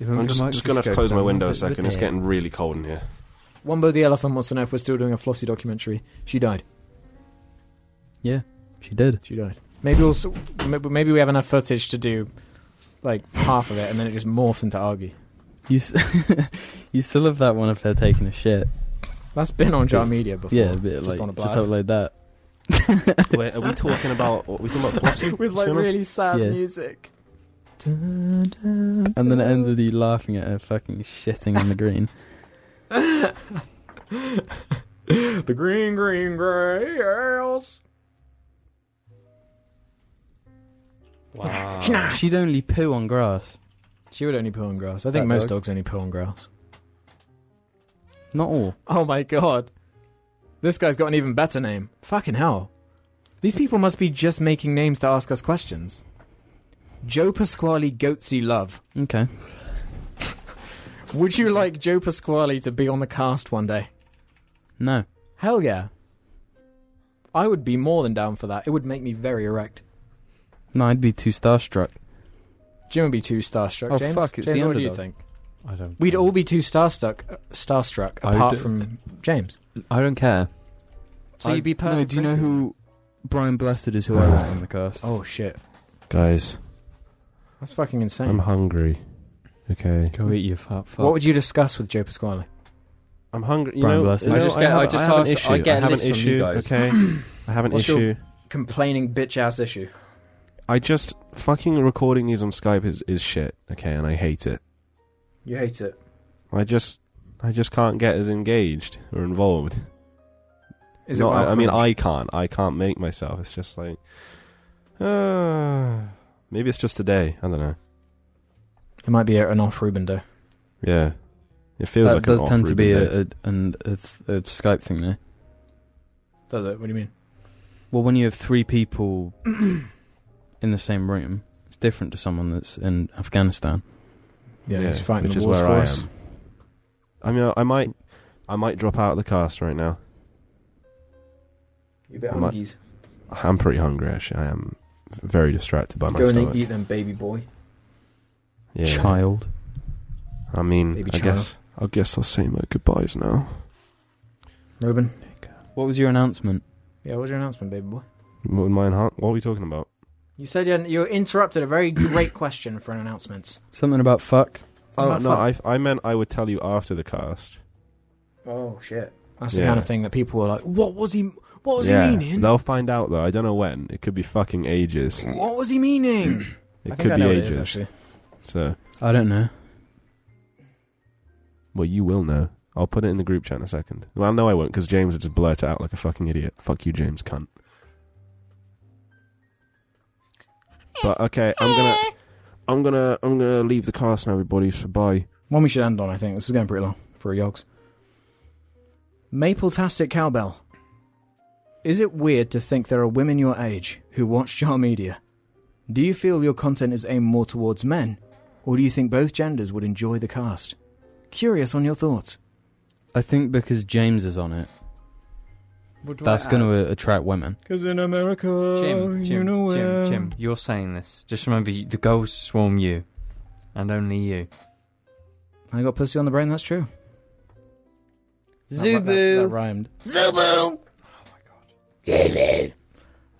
S3: I'm just, just gonna have to close my window a second. It's getting really cold in here.
S2: Wombo the elephant wants to know if we're still doing a Flossie documentary. She died.
S1: Yeah, she did.
S2: She died. Maybe we'll s- m- maybe we have enough footage to do like half of it, and then it just morphs into Argy.
S1: You, s- you still have that one of her taking a shit.
S2: That's been on Jar Media before.
S1: Yeah, a bit
S2: just
S1: like
S2: on a
S1: just
S2: blast.
S1: upload that.
S3: Wait, are we talking about? Are we talking about Flossie?
S2: with
S3: What's
S2: like
S3: going on?
S2: really sad
S1: Yeah.
S2: music.
S1: And then it ends with you laughing at her fucking shitting on the green.
S2: the green, green, grey ales.
S5: Wow.
S1: She'd only poo on grass.
S2: She would only poo on grass. I think
S1: That
S2: most
S1: dog.
S2: dogs only poo on grass.
S1: Not all.
S2: Oh my god. This guy's got an even better name. Fucking hell. These people must be just making names to ask us questions. Joe Pasquale Goatsy Love.
S1: Okay.
S2: Would you like Joe Pasquale to be on the cast one day?
S1: No.
S2: Hell yeah. I would be more than down for that. It would make me very erect.
S1: No, I'd be too starstruck.
S2: Jim would be too starstruck.
S1: Oh,
S2: James,
S1: fuck, it's
S2: James,
S1: the
S2: what do you
S1: underdog.
S2: think?
S5: I don't.
S2: We'd
S5: care.
S2: all be too starstruck, uh, starstruck
S5: I
S2: apart
S5: do-
S2: from James.
S5: I don't care.
S2: So
S5: I-
S2: you'd be perfect.
S1: No, do you know who Brian Blessed is? Who I want on the cast?
S2: Oh shit,
S3: Guys,
S2: that's fucking insane.
S3: I'm hungry. Okay.
S5: Go eat your fat fuck.
S2: what would you discuss with Joe Pasquale?
S3: I'm hungry. You
S1: Brian
S3: know,
S1: Blessed.
S3: you
S1: I
S3: know,
S5: just get-
S3: have,
S5: I just
S3: have an
S5: ask-
S3: issue.
S5: I get a
S3: have
S5: list
S3: an
S5: from you
S3: issue.
S5: guys.
S3: Okay. I have an
S2: What's
S3: issue.
S2: your- Complaining bitch ass issue.
S3: I just fucking recording these on Skype is, is shit. Okay, and I hate it.
S2: You hate it.
S3: I just I just can't get as engaged or involved.
S2: Is
S3: Not-
S2: it?
S3: I, I mean,
S2: welcome?
S3: I can't. I can't make myself. It's just like, uh, maybe it's just today. I don't know.
S2: it might be an off Ruben though.
S3: Yeah, it feels
S1: that
S3: like
S1: does
S3: an
S1: tend to
S3: off-Ruben
S1: be
S3: day.
S1: a, a, an, a, th- a Skype thing there.
S2: Does it? What do you mean?
S1: Well, when you have three people in the same room, it's different to someone that's in Afghanistan.
S2: Yeah, he's fighting
S3: which
S2: the
S3: is
S2: wars
S3: where
S2: for
S3: I
S2: us.
S3: am. I mean, I might, I might drop out of the cast right now.
S2: You bit
S3: I might-
S2: hungies.
S3: I'm pretty hungry. Actually, I am very distracted by my
S2: Go
S3: stomach.
S2: and eat them, baby boy.
S3: Yeah,
S1: Child.
S3: I mean,
S2: Baby
S3: I
S2: child.
S3: guess, I guess I'll say my goodbyes now.
S2: Ruben.
S1: What was your announcement?
S2: Yeah, what was your announcement, baby boy?
S3: What, would mine, huh? what are we talking about?
S2: You said you, you interrupted a very great question for an announcement.
S1: Something about fuck?
S3: Oh
S2: about
S3: no, I,
S2: fun.
S3: I meant I would tell you after the cast.
S2: Oh shit! That's the
S3: Yeah.
S2: kind of thing that people were like, "What was he? What was
S3: yeah,
S2: he meaning?
S3: they'll find out though. I don't know when. It could be fucking ages.
S2: What was he meaning?"
S3: It
S2: I think
S3: could
S2: I
S3: be
S2: know what it is,
S3: ages.
S2: actually.
S3: so,
S1: I don't know.
S3: well, you will know. I'll put it in the group chat in a second. Well, no, I won't, because James would just blurt it out like a fucking idiot. Fuck you, James, cunt. But okay, I'm gonna, I'm gonna, I'm gonna leave the cast now, everybody. So bye.
S2: One we should end on, I think. This is going pretty long for a yogs. Maple Tastic Cowbell. Is it weird to think there are women your age who watch Jar Media? Do you feel your content is aimed more towards men, or do you think both genders would enjoy the cast? Curious on your thoughts.
S1: I think because James is on it, that's going to attract women.
S2: Because in America,
S7: Oh,
S5: Jim, Jim, Jim, Jim, you're saying this. Just remember, you- the girls swarm you, and only you.
S2: I got pussy on the brain. That's true. That, that, that
S7: Zubu.
S2: rhymed.
S7: Zubu.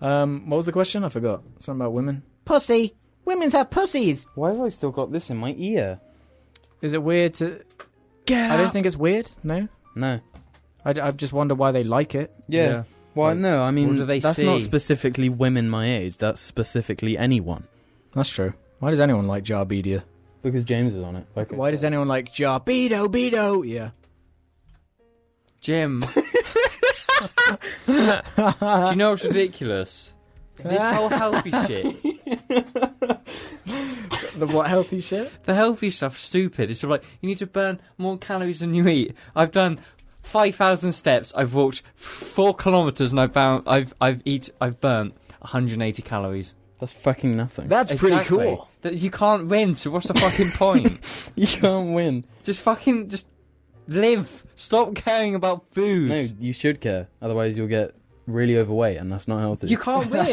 S2: Um, what was the question? I forgot. Something about women.
S7: Pussy. Women have pussies.
S1: Why have I still got this in my ear?
S2: Is it weird to? I don't think it's weird. No,
S1: No.
S2: I, I just wonder why they like it.
S1: Yeah. Well,
S5: Like,
S1: no, I mean,
S5: do they
S1: that's not
S5: see?
S1: specifically women my age. That's specifically anyone.
S2: That's true. Why does anyone like Jarbedia?
S1: Because James is on it. Like
S2: Why does anyone like Jarbedo Bedo? Yeah.
S5: Jim. Do you know what's ridiculous? This whole healthy shit.
S2: The what healthy shit?
S5: The healthy stuff's stupid. It's sort of like you need to burn more calories than you eat. I've done five thousand steps. I've walked four kilometers, and I've bound, I've I've eat I've burnt 180 calories.
S1: That's fucking nothing.
S7: That's pretty
S5: Exactly.
S7: cool.
S5: That you can't win, so what's the fucking point?
S1: you can't win.
S5: just fucking just live. Stop caring about food.
S1: No, you should care. Otherwise, you'll get really overweight, and that's not healthy.
S5: You can't win.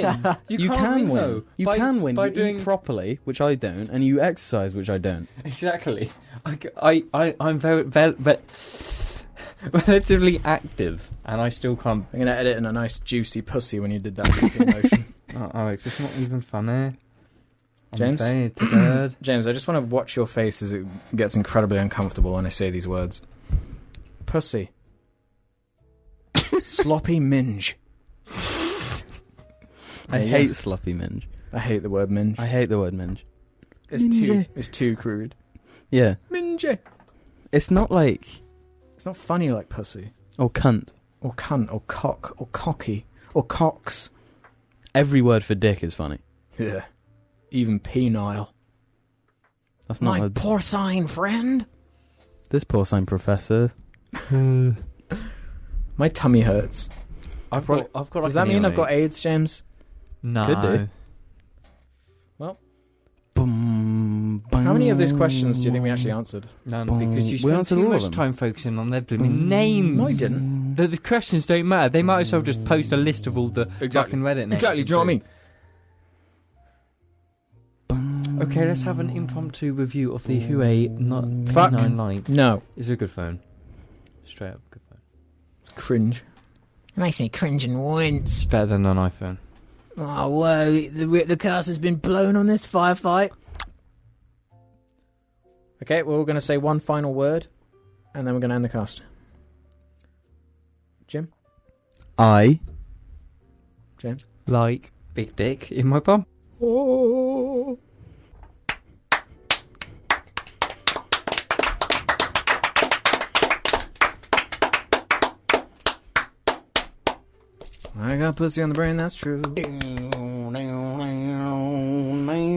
S5: You,
S1: You
S5: can't
S1: can
S5: win.
S1: win.
S5: Though,
S1: You
S5: by,
S1: can win.
S5: by
S1: you
S5: doing
S1: eat properly, which I don't, and you exercise, which I don't.
S5: exactly. I, I, I I'm very, very, very relatively active, and I still can't.
S2: I'm gonna edit in a nice juicy pussy when you did that fucking motion.
S5: Oh, Alex, it's not even funny. I'm
S2: James?
S5: very tired.
S2: James, I just want to watch your face as it gets incredibly uncomfortable when I say these words. Pussy. Sloppy minge.
S1: I hate sloppy minge.
S2: I hate the word minge.
S1: I hate the word minge.
S2: It's too it's too crude.
S1: Yeah,
S2: Minge.
S1: it's not like
S2: It's not funny like pussy.
S1: or cunt.
S2: Or cunt or cock or cocky. Or cocks.
S1: Every word for dick is funny.
S2: Yeah. Even penile.
S1: That's not
S2: My
S1: a,
S2: porcine friend.
S1: this porcine professor.
S2: My tummy hurts.
S5: I've
S2: Probably-
S5: got. I've got.
S2: Does
S5: like
S2: that
S5: an
S2: mean I've
S5: earache.
S2: got AIDS, James?
S5: No.
S1: Could do. Boom,
S2: How many of these questions do you think we actually answered?
S5: None,
S1: Boom.
S5: because you
S1: We
S5: spent
S1: answered
S5: too
S1: all of
S5: much
S1: them. Mm,
S5: time focusing on their blooming names.
S2: No, I didn't.
S5: The, the questions don't matter. They might as well just post a list of all the fucking Reddit names. and do. Okay, let's have an impromptu review of the Huawei not
S2: Fuck.
S5: nine light.
S2: No.
S5: It's a good phone. Straight up good phone.
S2: Cringe.
S7: It makes me cringe and wince.
S5: It's better than an iPhone.
S7: Oh, whoa, the, the curse has been blown on this firefight.
S2: Okay, we're all going to say one final word, and then we're going to end the cast. Jim?
S1: I
S5: Like big dick in my bum.
S2: Oh. I got pussy on the brain, that's true.
S7: Down, down, down, down.